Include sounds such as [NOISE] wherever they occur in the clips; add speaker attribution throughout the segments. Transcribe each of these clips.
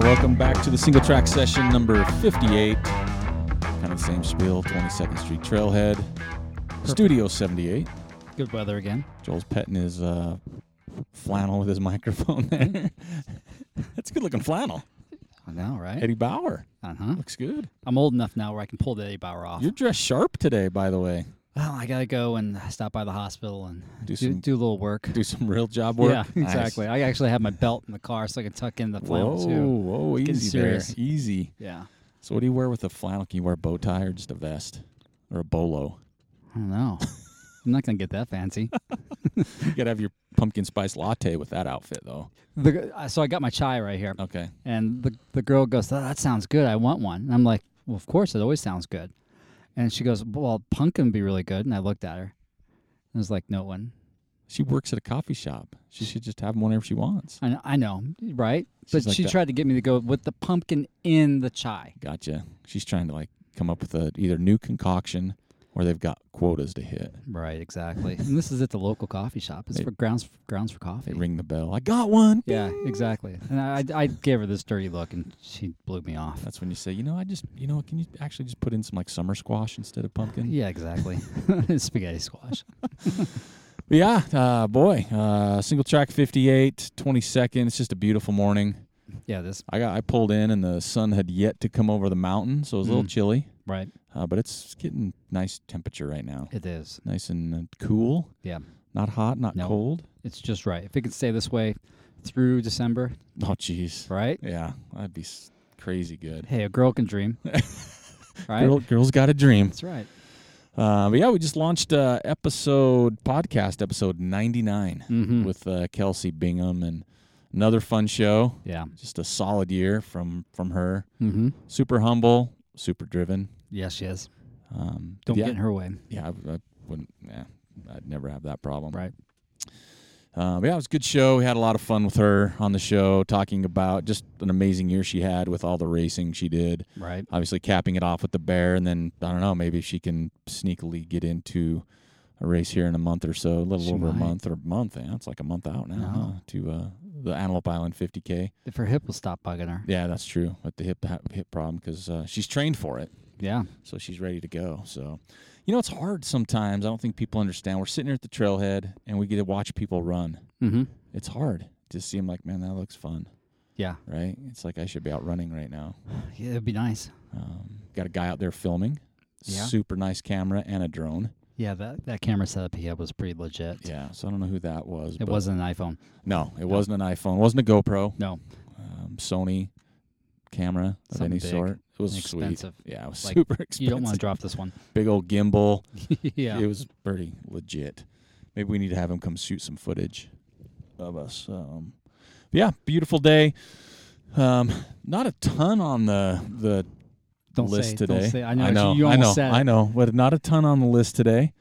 Speaker 1: Welcome back to the single track session number 58. Kind of the same spiel 22nd Street Trailhead, Studio 78.
Speaker 2: Good weather again.
Speaker 1: Joel's petting his uh, flannel with his [LAUGHS] microphone there.
Speaker 2: Mm-hmm.
Speaker 1: That's a good looking flannel.
Speaker 2: I know, right?
Speaker 1: Eddie Bauer.
Speaker 2: Uh huh.
Speaker 1: Looks good.
Speaker 2: I'm old enough now where I can pull the Eddie Bauer off.
Speaker 1: You're dressed sharp today, by the way.
Speaker 2: Well, I gotta go and stop by the hospital and
Speaker 1: Do
Speaker 2: do
Speaker 1: some-
Speaker 2: do, a little work.
Speaker 1: Do some real job work.
Speaker 2: Yeah, [LAUGHS]
Speaker 1: Nice.
Speaker 2: exactly. I actually have my belt in the car so I can tuck in the
Speaker 1: Whoa,
Speaker 2: flannel too.
Speaker 1: whoa,
Speaker 2: getting
Speaker 1: easy there.
Speaker 2: serious.
Speaker 1: Easy.
Speaker 2: Yeah.
Speaker 1: So, what do you wear with a flannel? Can you wear a bow tie or just a vest or a bolo?
Speaker 2: I
Speaker 1: [LAUGHS]
Speaker 2: don't know. I'm not gonna get that fancy.
Speaker 1: You gotta have your pumpkin spice latte with that outfit, though.
Speaker 2: The, g- uh, so I got my chai right here,
Speaker 1: Okay.
Speaker 2: and the the girl goes, "Oh, "That sounds good. I want one." And I'm like, "Well, of course, it always sounds good." And she goes, "Well, pumpkin would be really good." And I looked at her, and I was like, "No one."
Speaker 1: She works at a coffee shop. She should just have them whenever she wants.
Speaker 2: I know, I know right?
Speaker 1: She's
Speaker 2: But
Speaker 1: like
Speaker 2: she
Speaker 1: that.
Speaker 2: tried to get me to go with the pumpkin in the chai.
Speaker 1: Gotcha. She's trying to like come up with a either new concoction or they've got quotas to hit.
Speaker 2: Right, exactly. and this is at the local coffee shop. It's
Speaker 1: They-
Speaker 2: for grounds grounds for coffee.
Speaker 1: They ring the bell. I got one.
Speaker 2: yeah, exactly. And I, I I gave her this dirty look, and she blew me off.
Speaker 1: That's when you say, you know, I just, you know, can you actually just put in some like summer squash instead of pumpkin?
Speaker 2: Yeah, [LAUGHS] exactly. Spaghetti squash.
Speaker 1: Yeah, uh, boy, uh, single track 58, 22nd. It's just a beautiful morning.
Speaker 2: Yeah, this
Speaker 1: I got, I pulled in and the sun had yet to come over the mountain, so it was a little
Speaker 2: Mm.
Speaker 1: chilly,
Speaker 2: right.
Speaker 1: uh, but it's getting nice temperature right now.
Speaker 2: It is.
Speaker 1: Nice and uh, cool.
Speaker 2: Yeah.
Speaker 1: Not hot, not
Speaker 2: No.
Speaker 1: cold.
Speaker 2: It's just right. If it could stay this way through December,
Speaker 1: Oh, jeez.
Speaker 2: right?
Speaker 1: Yeah, that'd be s- crazy good.
Speaker 2: Hey, a girl
Speaker 1: [LAUGHS]
Speaker 2: can dream. right.
Speaker 1: Girl, girl's got a dream.
Speaker 2: That's right.
Speaker 1: Uh, but yeah, we just launched uh, episode podcast episode ninety
Speaker 2: Mm-hmm.
Speaker 1: with uh, Kelsey Bingham and another fun show.
Speaker 2: yeah.
Speaker 1: Just a solid year from from her.
Speaker 2: Mm-hmm.
Speaker 1: Super humble, super driven.
Speaker 2: Yeah, she is.
Speaker 1: Um,
Speaker 2: Don't
Speaker 1: yeah,
Speaker 2: get in her way.
Speaker 1: Yeah, I, I wouldn't. Yeah, I'd never have that problem.
Speaker 2: Right.
Speaker 1: Uh, but yeah, it was a good show. We had a lot of fun with her on the show, talking about just an amazing year she had with all the racing she did.
Speaker 2: Right.
Speaker 1: obviously capping it off with the bear and then i don't know maybe she can sneakily get into a race here in a month or so a little
Speaker 2: She
Speaker 1: over a
Speaker 2: might.
Speaker 1: month or a month yeah it's like a month out now
Speaker 2: No.
Speaker 1: huh, to uh, the antelope island 50k
Speaker 2: If her hip will stop bugging her.
Speaker 1: yeah that's true with the hip hip problem because uh, she's trained for it
Speaker 2: Yeah.
Speaker 1: so she's ready to go so you know it's hard sometimes i don't think people understand we're sitting here at the trailhead and we get to watch people run
Speaker 2: Mm-hmm.
Speaker 1: it's hard to see them like man that looks fun
Speaker 2: Yeah.
Speaker 1: right it's like i should be out running right now
Speaker 2: Yeah, it'd be nice.
Speaker 1: Um, got a guy out there filming.
Speaker 2: Yeah.
Speaker 1: Super nice camera and a drone.
Speaker 2: Yeah, that, that camera setup he had was pretty legit.
Speaker 1: Yeah. So I don't know who that was.
Speaker 2: It
Speaker 1: but-
Speaker 2: wasn't an iPhone.
Speaker 1: No, it wasn't an iPhone. It wasn't a GoPro.
Speaker 2: No.
Speaker 1: Um, Sony camera of
Speaker 2: Something
Speaker 1: any
Speaker 2: big
Speaker 1: sort. It was
Speaker 2: and expensive.
Speaker 1: sweet. Yeah, it was
Speaker 2: Like,
Speaker 1: super [LAUGHS] expensive.
Speaker 2: You don't want to drop
Speaker 1: [LAUGHS]
Speaker 2: this one. [LAUGHS]
Speaker 1: Big old gimbal.
Speaker 2: yeah.
Speaker 1: It was pretty legit. Maybe we need to have him come shoot some footage of us. Um, yeah, beautiful day. Um, not a ton on the the
Speaker 2: don't
Speaker 1: list
Speaker 2: say,
Speaker 1: today.
Speaker 2: Don't say. I know.
Speaker 1: I know.
Speaker 2: You
Speaker 1: I
Speaker 2: almost
Speaker 1: know.
Speaker 2: said
Speaker 1: I
Speaker 2: it.
Speaker 1: know. But not a ton on the list today.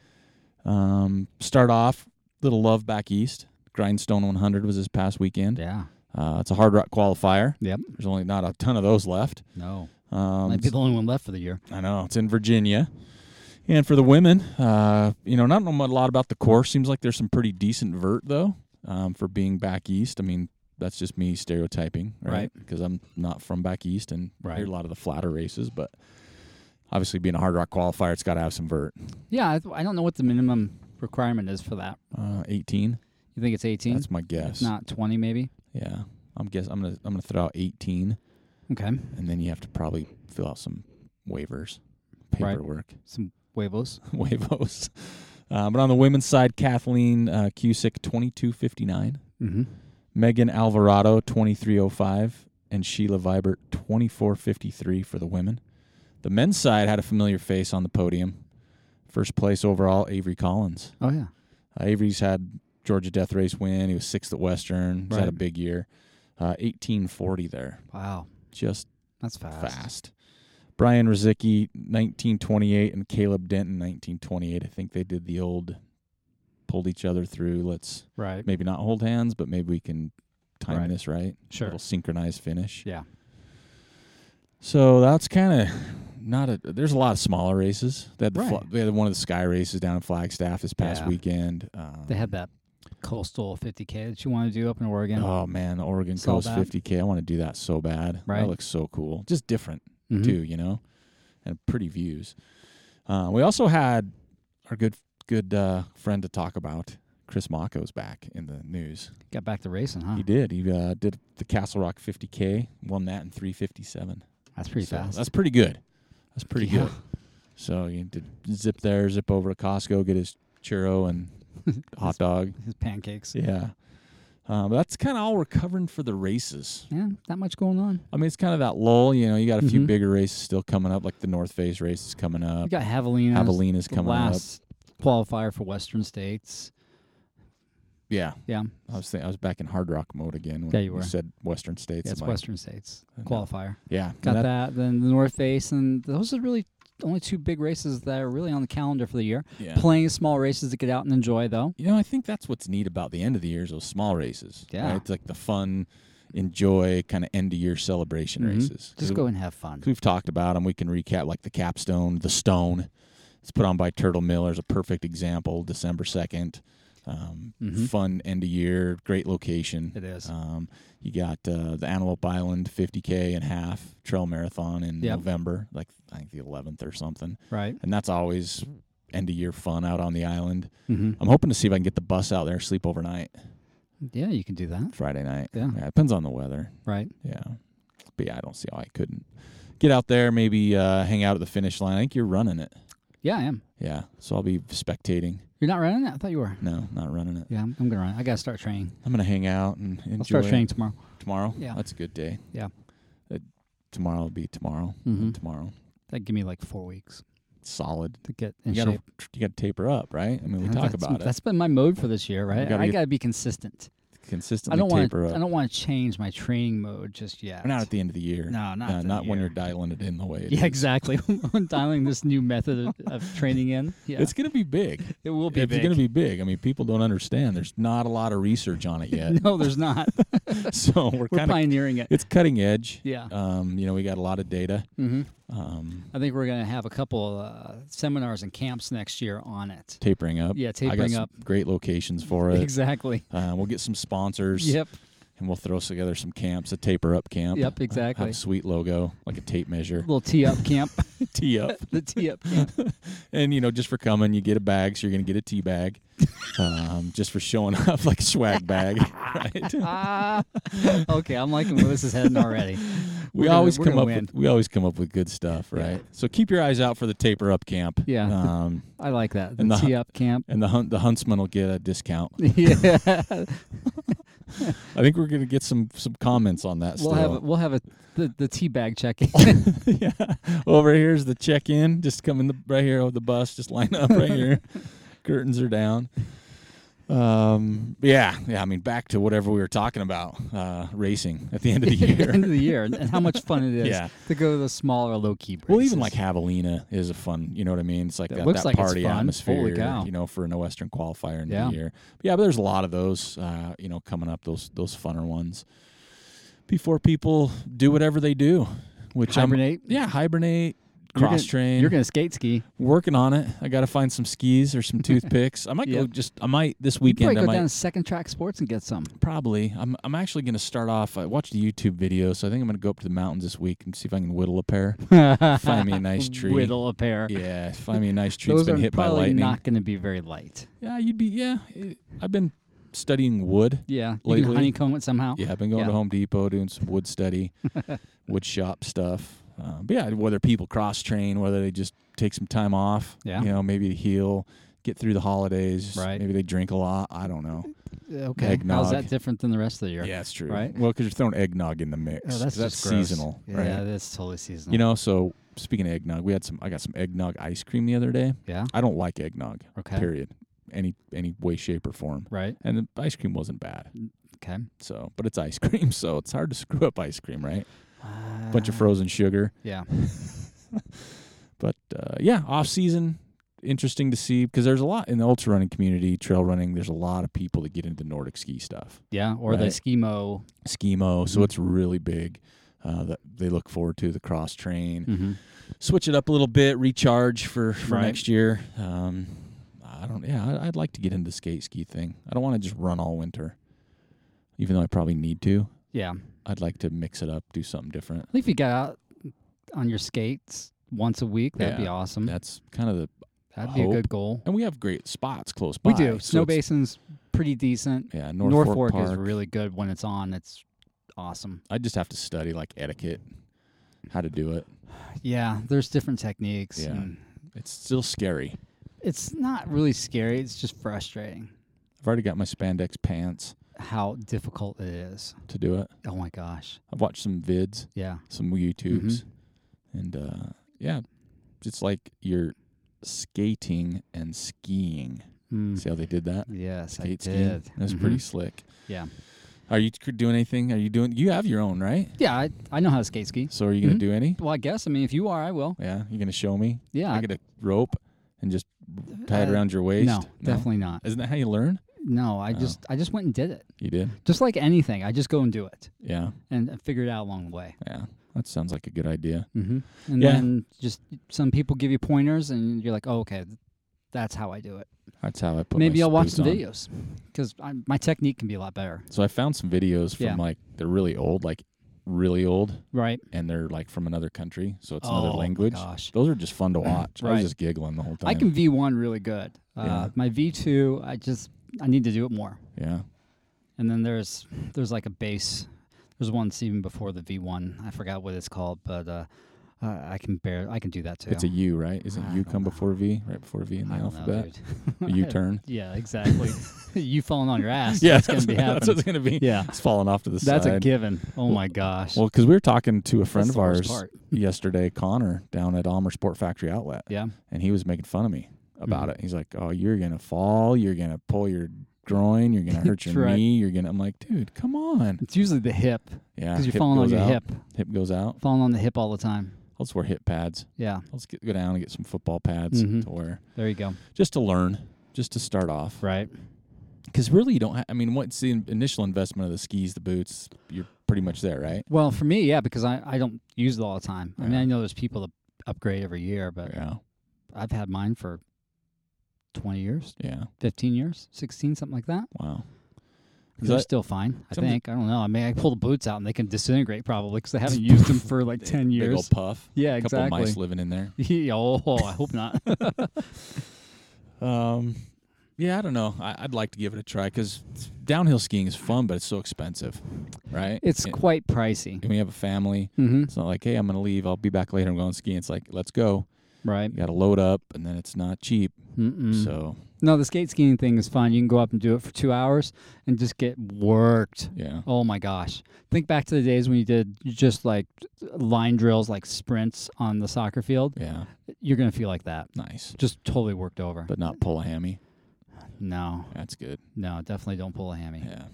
Speaker 1: Um, start off little love back east. Grindstone 100 was this past weekend.
Speaker 2: Yeah.
Speaker 1: Uh, it's a hard rock qualifier.
Speaker 2: Yep.
Speaker 1: There's only not a ton of those left.
Speaker 2: No.
Speaker 1: Um,
Speaker 2: Might be the only one left for the year.
Speaker 1: I know it's in Virginia. And for the women, uh, you know, not know a lot about the course. Seems like there's some pretty decent vert though um, for being back east. I mean, that's just me stereotyping, right? Because I'm not from back east and I hear
Speaker 2: Right.
Speaker 1: a lot of the flatter races, but obviously being a hard rock qualifier, it's got to have some vert.
Speaker 2: Yeah. I, th- I don't know what the minimum requirement is for that.
Speaker 1: Uh, 18,
Speaker 2: You think it's 18?
Speaker 1: that's my guess.
Speaker 2: Not 20, maybe.
Speaker 1: yeah, I'm guess I'm gonna I'm gonna throw out 18,
Speaker 2: Okay.
Speaker 1: and then you have to probably fill out some waivers,
Speaker 2: Right.
Speaker 1: paperwork.
Speaker 2: Some huevos.
Speaker 1: [LAUGHS] Huevos. Uh, but on the women's side, Kathleen uh, Cusick, 2259.
Speaker 2: Mm-hmm.
Speaker 1: Megan Alvarado, 2305. And Sheila Vibert, 2453 for the women. The men's side had a familiar face on the podium. First place overall, Avery Collins.
Speaker 2: Oh yeah.
Speaker 1: Uh, Avery's had Georgia Death Race win. He was sixth at Western. He's had a
Speaker 2: Right.
Speaker 1: big year. Uh, 1840 there.
Speaker 2: Wow.
Speaker 1: Just
Speaker 2: That's fast.
Speaker 1: fast. Brian Rizicki, 1928, and Caleb Denton, 1928. I think they did the old pulled each other through. Let's
Speaker 2: Right.
Speaker 1: maybe not hold hands, but maybe we can time
Speaker 2: Right.
Speaker 1: this right.
Speaker 2: Sure.
Speaker 1: Little synchronized finish.
Speaker 2: Yeah.
Speaker 1: So that's kind of not a. There's a lot of smaller races. They had, the fla-
Speaker 2: Right.
Speaker 1: they had one of the sky races down in Flagstaff this past
Speaker 2: Yeah.
Speaker 1: weekend. Um,
Speaker 2: They had that coastal 50K that you want to do up in Oregon.
Speaker 1: Oh man, the Oregon
Speaker 2: Saw
Speaker 1: Coast
Speaker 2: that.
Speaker 1: 50K. I want to do that so bad.
Speaker 2: Right.
Speaker 1: That looks so cool. Just different
Speaker 2: Mhm.
Speaker 1: too, you know, and pretty views. Uh, we also had our good good uh, friend to talk about. Chris Mako's back in the news.
Speaker 2: Got back to racing, huh?
Speaker 1: He did. He uh, did the Castle Rock 50K, won that in 357.
Speaker 2: That's pretty
Speaker 1: So
Speaker 2: fast.
Speaker 1: That's pretty good. That's pretty
Speaker 2: Yeah.
Speaker 1: good. So you did zip there, zip over to Costco, get his churro
Speaker 2: [LAUGHS]
Speaker 1: and hot dog.
Speaker 2: His pancakes.
Speaker 1: Yeah. Uh, but that's kind of all we're covering for the races.
Speaker 2: Yeah, not much going on.
Speaker 1: I mean, it's kind of that lull. You know, you got a few
Speaker 2: Mhm.
Speaker 1: bigger races still coming up, like the North Face race is coming
Speaker 2: We
Speaker 1: up.
Speaker 2: got Javelina.
Speaker 1: Javelin is
Speaker 2: the
Speaker 1: coming up.
Speaker 2: last qualifier for Western States.
Speaker 1: Yeah.
Speaker 2: Yeah,
Speaker 1: I was think, I was back in hard rock mode again when
Speaker 2: Yeah, you were.
Speaker 1: said Western States.
Speaker 2: yeah it's
Speaker 1: I'm like,
Speaker 2: Western States
Speaker 1: I know.
Speaker 2: qualifier.
Speaker 1: Yeah. and
Speaker 2: Got that. Then the North Face, and those are really the only two big races that are really on the calendar for the year.
Speaker 1: yeah.
Speaker 2: Playing small races to get out and enjoy, though.
Speaker 1: You know, I think that's what's neat about the end of the year is those small races.
Speaker 2: Yeah.
Speaker 1: right? It's like the fun, enjoy kind of end of year celebration
Speaker 2: Mhm.
Speaker 1: races. 'Cause
Speaker 2: Just go and have fun.
Speaker 1: We've talked about them. We can recap like the capstone, the stone. It's put on by Turtle Miller. is a perfect example. December second, um,
Speaker 2: Mhm.
Speaker 1: fun end of year, great location.
Speaker 2: It is.
Speaker 1: Um, you got uh, the Antelope Island 50k and half trail marathon in
Speaker 2: Yep.
Speaker 1: November, like I think the 11th or something,
Speaker 2: Right.
Speaker 1: and that's always end of year fun out on the island.
Speaker 2: Mm-hmm.
Speaker 1: I'm hoping to see if I can get the bus out there, sleep overnight
Speaker 2: Yeah, you can do that.
Speaker 1: Friday night.
Speaker 2: Yeah.
Speaker 1: yeah depends on the weather.
Speaker 2: Right.
Speaker 1: Yeah. But yeah, I don't see how I couldn't get out there, maybe uh, hang out at the finish line. I think you're running it.
Speaker 2: Yeah, I am.
Speaker 1: Yeah. So I'll be spectating.
Speaker 2: You're not running that? I thought you were.
Speaker 1: No, not running it.
Speaker 2: Yeah, I'm, I'm going to run. I got to start training.
Speaker 1: I'm going to hang out and enjoy
Speaker 2: I'll start
Speaker 1: it
Speaker 2: training tomorrow.
Speaker 1: tomorrow.
Speaker 2: Yeah.
Speaker 1: That's a good day.
Speaker 2: Yeah.
Speaker 1: Uh, tomorrow will be tomorrow.
Speaker 2: Mhm.
Speaker 1: Tomorrow.
Speaker 2: That'd give me like four weeks
Speaker 1: Solid.
Speaker 2: to get in
Speaker 1: you
Speaker 2: shape.
Speaker 1: gotta you gotta taper up, right? I mean, we
Speaker 2: Yeah,
Speaker 1: talk
Speaker 2: that's-
Speaker 1: about it.
Speaker 2: That's been my mode for this year, right?
Speaker 1: gotta
Speaker 2: I
Speaker 1: get-
Speaker 2: got to be consistent. I
Speaker 1: Consistently
Speaker 2: don't want.
Speaker 1: taper
Speaker 2: I
Speaker 1: up.
Speaker 2: don't want to change my training mode just yet.
Speaker 1: We're not at the end of the year.
Speaker 2: no, not
Speaker 1: No,
Speaker 2: the
Speaker 1: not when
Speaker 2: year.
Speaker 1: you're dialing it in the way. it
Speaker 2: Yeah,
Speaker 1: is.
Speaker 2: exactly. [LAUGHS] I'm dialing this new method of, of training
Speaker 1: [LAUGHS]
Speaker 2: in. Yeah,
Speaker 1: It's gonna be big.
Speaker 2: it will be.
Speaker 1: it's
Speaker 2: big. [LAUGHS]
Speaker 1: gonna be big. I mean, people don't understand. There's not a lot of research on it
Speaker 2: [LAUGHS]
Speaker 1: yet.
Speaker 2: no, there's not.
Speaker 1: so [LAUGHS] we're
Speaker 2: We're
Speaker 1: kind of [LAUGHS]
Speaker 2: pioneering it.
Speaker 1: it's cutting edge.
Speaker 2: Yeah.
Speaker 1: Um, you know, we got a lot of data.
Speaker 2: hmm
Speaker 1: Um,
Speaker 2: I think we're gonna have a couple uh, seminars and camps next year on it.
Speaker 1: tapering up.
Speaker 2: Yeah,
Speaker 1: I got
Speaker 2: tapering
Speaker 1: some
Speaker 2: up.
Speaker 1: great locations for it.
Speaker 2: Exactly.
Speaker 1: Uh, we'll get some sponsors.
Speaker 2: Yep.
Speaker 1: And we'll throw together some camps, a taper up camp. Uh,
Speaker 2: Yep, exactly.
Speaker 1: Have a sweet logo, like a tape measure. [LAUGHS]
Speaker 2: Little tee up camp. [LAUGHS]
Speaker 1: tee up.
Speaker 2: the tee up
Speaker 1: [LAUGHS]
Speaker 2: camp.
Speaker 1: And you know, just for coming, you get a bag, so you're gonna get a tea
Speaker 2: [LAUGHS]
Speaker 1: bag. um, just for showing [LAUGHS] up, like a swag bag. Right.
Speaker 2: Ah. Okay, I'm liking where this is heading already.
Speaker 1: we
Speaker 2: We're gonna-
Speaker 1: always
Speaker 2: we're
Speaker 1: come
Speaker 2: gonna
Speaker 1: up
Speaker 2: win.
Speaker 1: with we always come up with good stuff,
Speaker 2: Yeah.
Speaker 1: right? So keep your eyes out for the taper up camp.
Speaker 2: Yeah. [LAUGHS]
Speaker 1: Um,
Speaker 2: I like that. The
Speaker 1: And the-
Speaker 2: tee up camp.
Speaker 1: and the hunt the huntsman will get a discount. [LAUGHS]
Speaker 2: yeah.
Speaker 1: I think we're gonna get some some comments on that.
Speaker 2: [LAUGHS] We'll
Speaker 1: still.
Speaker 2: have a, we'll have a the, the tea bag check in.
Speaker 1: [LAUGHS]
Speaker 2: [LAUGHS]
Speaker 1: yeah. Over here's the check in. Just come in the right here with the bus. Just line up right
Speaker 2: [LAUGHS]
Speaker 1: here. Curtains are down. Um. Yeah. Yeah. I mean, back to whatever we were talking about. Uh, racing at the end of
Speaker 2: [LAUGHS]
Speaker 1: the
Speaker 2: at the
Speaker 1: year.
Speaker 2: end of the year and, and how much fun it is
Speaker 1: Yeah.
Speaker 2: to go to the smaller low key races.
Speaker 1: well, even like Javelina is a fun. You know what I mean? It's like
Speaker 2: It
Speaker 1: got
Speaker 2: looks
Speaker 1: that
Speaker 2: like it's
Speaker 1: party
Speaker 2: fun. Holy
Speaker 1: atmosphere.
Speaker 2: cow.
Speaker 1: You know, for a Western qualifier in
Speaker 2: Yeah.
Speaker 1: the year. But yeah. But there's a lot of those. Uh, you know, coming up those those funner ones. Before people do whatever they do, which I'm
Speaker 2: hibernate.
Speaker 1: yeah hibernate.
Speaker 2: You're gonna-
Speaker 1: Cross train.
Speaker 2: You're gonna skate ski.
Speaker 1: working on it. I got to find some skis or
Speaker 2: [LAUGHS]
Speaker 1: some toothpicks. I might go
Speaker 2: Yep.
Speaker 1: just. I might this
Speaker 2: You probably
Speaker 1: weekend. I
Speaker 2: go
Speaker 1: might
Speaker 2: down to Second Track Sports and get some. [LAUGHS]
Speaker 1: probably. I'm. I'm actually going to start off. I watched a YouTube video, so I think I'm going to go up to the mountains this week and see if I can whittle a pair.
Speaker 2: Find
Speaker 1: me a [LAUGHS]
Speaker 2: [LAUGHS]
Speaker 1: nice tree.
Speaker 2: Whittle a pair.
Speaker 1: yeah, find me a nice tree that's
Speaker 2: Those
Speaker 1: been
Speaker 2: are
Speaker 1: hit by
Speaker 2: probably
Speaker 1: lightning.
Speaker 2: not going to be very light.
Speaker 1: yeah, you'd be. Yeah, it- I've been studying wood.
Speaker 2: Yeah, you
Speaker 1: Lately-
Speaker 2: can honeycomb it somehow.
Speaker 1: Yeah, I've been going
Speaker 2: Yeah.
Speaker 1: to Home Depot doing some wood study,
Speaker 2: [LAUGHS]
Speaker 1: wood shop stuff. Um, but yeah, whether people cross train, whether they just take some time off,
Speaker 2: Yeah.
Speaker 1: you know, maybe to heal, get through the holidays,
Speaker 2: Right.
Speaker 1: maybe they drink a lot. I don't know.
Speaker 2: Okay, how's
Speaker 1: Eggnog.
Speaker 2: that different than the rest of the year?
Speaker 1: Yeah, that's true.
Speaker 2: right?
Speaker 1: Well, because you're throwing eggnog in the mix.
Speaker 2: oh, that's, just gross.
Speaker 1: seasonal,
Speaker 2: Yeah,
Speaker 1: right?
Speaker 2: that's totally seasonal.
Speaker 1: You know, so speaking of eggnog, we had some. I got some eggnog ice cream the other day.
Speaker 2: yeah,
Speaker 1: I don't like eggnog.
Speaker 2: okay,
Speaker 1: Period. Any any way, shape, or form.
Speaker 2: right,
Speaker 1: And the ice cream wasn't bad.
Speaker 2: okay.
Speaker 1: So, but it's ice [LAUGHS] cream, so it's hard to screw up ice cream, right?
Speaker 2: Uh,
Speaker 1: Bunch of frozen sugar.
Speaker 2: Yeah,
Speaker 1: But uh, yeah, off season, interesting to see because there's a lot in the ultra running community, trail running. There's a lot of people that get into Nordic ski stuff.
Speaker 2: yeah, or the
Speaker 1: Right.
Speaker 2: schemo.
Speaker 1: Schemo, so
Speaker 2: Mhm.
Speaker 1: it's really big. Uh, that they look forward to the cross train.
Speaker 2: Mm-hmm.
Speaker 1: Switch it up a little bit, recharge for, for
Speaker 2: Right.
Speaker 1: next year. Um, uh, I don't. Yeah, I- I'd like to get into skate ski thing. I don't want to just run all winter, even though I probably need to.
Speaker 2: Yeah. I
Speaker 1: I'd like to mix it up, do something different.
Speaker 2: think if you got out on your skates once a week, that'd be
Speaker 1: Yeah.
Speaker 2: awesome.
Speaker 1: That's kind of the,
Speaker 2: That'd be a good goal.
Speaker 1: and we have great spots close by.
Speaker 2: We do.
Speaker 1: so
Speaker 2: Snow
Speaker 1: it's-
Speaker 2: Basin's pretty decent.
Speaker 1: Yeah, North,
Speaker 2: North, Fork,
Speaker 1: Fork, Park.
Speaker 2: is really good when it's on. It's awesome.
Speaker 1: I just have to study like etiquette, how to do it.
Speaker 2: Yeah, there's different techniques.
Speaker 1: Yeah.
Speaker 2: and
Speaker 1: It's still scary.
Speaker 2: It's not really scary. It's just frustrating
Speaker 1: I've already got my spandex pants
Speaker 2: how difficult it is.
Speaker 1: to do it.
Speaker 2: Oh my gosh.
Speaker 1: I've watched some vids,
Speaker 2: Yeah.
Speaker 1: some YouTubes,
Speaker 2: Mm-hmm.
Speaker 1: and uh, yeah, it's like you're skating and skiing.
Speaker 2: Mm.
Speaker 1: See how they did that?
Speaker 2: Yes,
Speaker 1: Skate
Speaker 2: I
Speaker 1: skiing.
Speaker 2: did.
Speaker 1: That's
Speaker 2: Mhm.
Speaker 1: pretty slick.
Speaker 2: Yeah.
Speaker 1: Are you c- doing anything? Are you doing? You have your own, right?
Speaker 2: Yeah, I, I know how to skate ski.
Speaker 1: So are you gonna
Speaker 2: Mhm.
Speaker 1: do any?
Speaker 2: Well, I guess. I mean, if you are, I will.
Speaker 1: Yeah, you gonna show me?
Speaker 2: Yeah.
Speaker 1: I get a rope and just tie it
Speaker 2: Uh,
Speaker 1: around your waist.
Speaker 2: no, definitely not.
Speaker 1: Isn't that how you learn?
Speaker 2: No, I
Speaker 1: Oh.
Speaker 2: just I just went and did it.
Speaker 1: You did.
Speaker 2: Just like anything, I just go and do it
Speaker 1: Yeah.
Speaker 2: and I figure it out along the way.
Speaker 1: Yeah. That sounds like a good idea.
Speaker 2: Mm-hmm. And
Speaker 1: Yeah.
Speaker 2: then just some people give you pointers, and you're like, oh, okay, th- that's how I do it.
Speaker 1: That's how I put. my
Speaker 2: Maybe I'll watch
Speaker 1: boots
Speaker 2: some
Speaker 1: on.
Speaker 2: videos because my technique can be a lot better,
Speaker 1: So I found some videos from
Speaker 2: Yeah.
Speaker 1: like they're really old, like really old,
Speaker 2: right?
Speaker 1: and they're like from another country, so it's
Speaker 2: Oh,
Speaker 1: another
Speaker 2: my
Speaker 1: language.
Speaker 2: gosh.
Speaker 1: Those are just
Speaker 2: [CLEARS THROAT]
Speaker 1: fun to watch. I
Speaker 2: Right.
Speaker 1: was just giggling the whole time.
Speaker 2: I can V1 really good. Uh,
Speaker 1: Yeah.
Speaker 2: My V2, I just I need to do it more.
Speaker 1: Yeah.
Speaker 2: And then there's there's like a base. There's one that's even before the V1. I forgot what it's called, but uh, I I can bear I can do that too.
Speaker 1: It's a U, right? Isn't
Speaker 2: I
Speaker 1: U
Speaker 2: don't
Speaker 1: come
Speaker 2: know.
Speaker 1: before V? Right before V in the
Speaker 2: I don't know,
Speaker 1: alphabet?
Speaker 2: dude. [LAUGHS]
Speaker 1: A U turn.
Speaker 2: Yeah,
Speaker 1: [LAUGHS]
Speaker 2: exactly. you falling on your ass.
Speaker 1: Yeah,
Speaker 2: that's gonna be happening.
Speaker 1: That's what it's gonna be.
Speaker 2: yeah,
Speaker 1: It's falling off to the
Speaker 2: that's
Speaker 1: side.
Speaker 2: a given. Oh my gosh.
Speaker 1: Well, because we were talking to a friend
Speaker 2: That's
Speaker 1: of
Speaker 2: the worst
Speaker 1: ours
Speaker 2: part.
Speaker 1: yesterday, Connor, down at Almer Sport Factory Outlet,
Speaker 2: Yeah.
Speaker 1: and he was making fun of me about
Speaker 2: Mhm.
Speaker 1: it. He's like, "Oh, you're gonna fall. You're gonna pull your groin. You're gonna hurt your
Speaker 2: That's right.
Speaker 1: knee. You're gonna." I'm like, "Dude, come on."
Speaker 2: It's usually the hip
Speaker 1: Yeah,
Speaker 2: because you're
Speaker 1: hip
Speaker 2: falling on
Speaker 1: goes
Speaker 2: your
Speaker 1: out.
Speaker 2: hip,
Speaker 1: Hip goes out.
Speaker 2: falling on the hip all the time.
Speaker 1: Let's wear hip pads.
Speaker 2: Yeah,
Speaker 1: Let's get, go down and get some football pads
Speaker 2: Mhm.
Speaker 1: to wear,
Speaker 2: there you go.
Speaker 1: just to learn, just to start off.
Speaker 2: Right.
Speaker 1: Because really, you don't. Ha- I mean, what's the in- initial investment of the skis, the boots? You're pretty much there, right?
Speaker 2: Well, for me, yeah, because I, I don't use it all the time. I mean,
Speaker 1: Yeah.
Speaker 2: I know there's people that upgrade every year, but
Speaker 1: Yeah,
Speaker 2: I've had mine for 20 years,
Speaker 1: yeah.
Speaker 2: 15 years, 16, something like that.
Speaker 1: Wow.
Speaker 2: And
Speaker 1: 'Cause
Speaker 2: They're
Speaker 1: I-
Speaker 2: still fine, I
Speaker 1: Some of the-
Speaker 2: think. I don't know. I mean, I pull the boots out and they can disintegrate probably because
Speaker 1: [LAUGHS]
Speaker 2: I haven't used them for like 10
Speaker 1: Big
Speaker 2: years.
Speaker 1: old puff.
Speaker 2: Yeah,
Speaker 1: A [LAUGHS] couple
Speaker 2: exactly.
Speaker 1: mice living in [LAUGHS] there.
Speaker 2: Yeah, oh, I hope not.
Speaker 1: Um, yeah, I don't know. I, I'd like to give it a try because downhill skiing is fun, but it's so expensive, right?
Speaker 2: [LAUGHS] it's
Speaker 1: and,
Speaker 2: quite pricey.
Speaker 1: and we have a family.
Speaker 2: Mm-hmm.
Speaker 1: It's not like, hey, I'm gonna leave. I'll be back later. I'm going skiing. It's like, let's go.
Speaker 2: Right.
Speaker 1: You got to load up, and then it's not cheap.
Speaker 2: Mm-mm.
Speaker 1: So
Speaker 2: No, the skate skiing thing is fun. You can go up and do it for two hours and just get worked.
Speaker 1: yeah,
Speaker 2: Oh my gosh. Think back to the days when you did just like line drills, like sprints on the soccer field.
Speaker 1: yeah,
Speaker 2: You're going to feel like that.
Speaker 1: nice,
Speaker 2: Just totally worked over.
Speaker 1: but not pull a hammy.
Speaker 2: no,
Speaker 1: That's good.
Speaker 2: no, definitely don't pull a hammy.
Speaker 1: Yeah.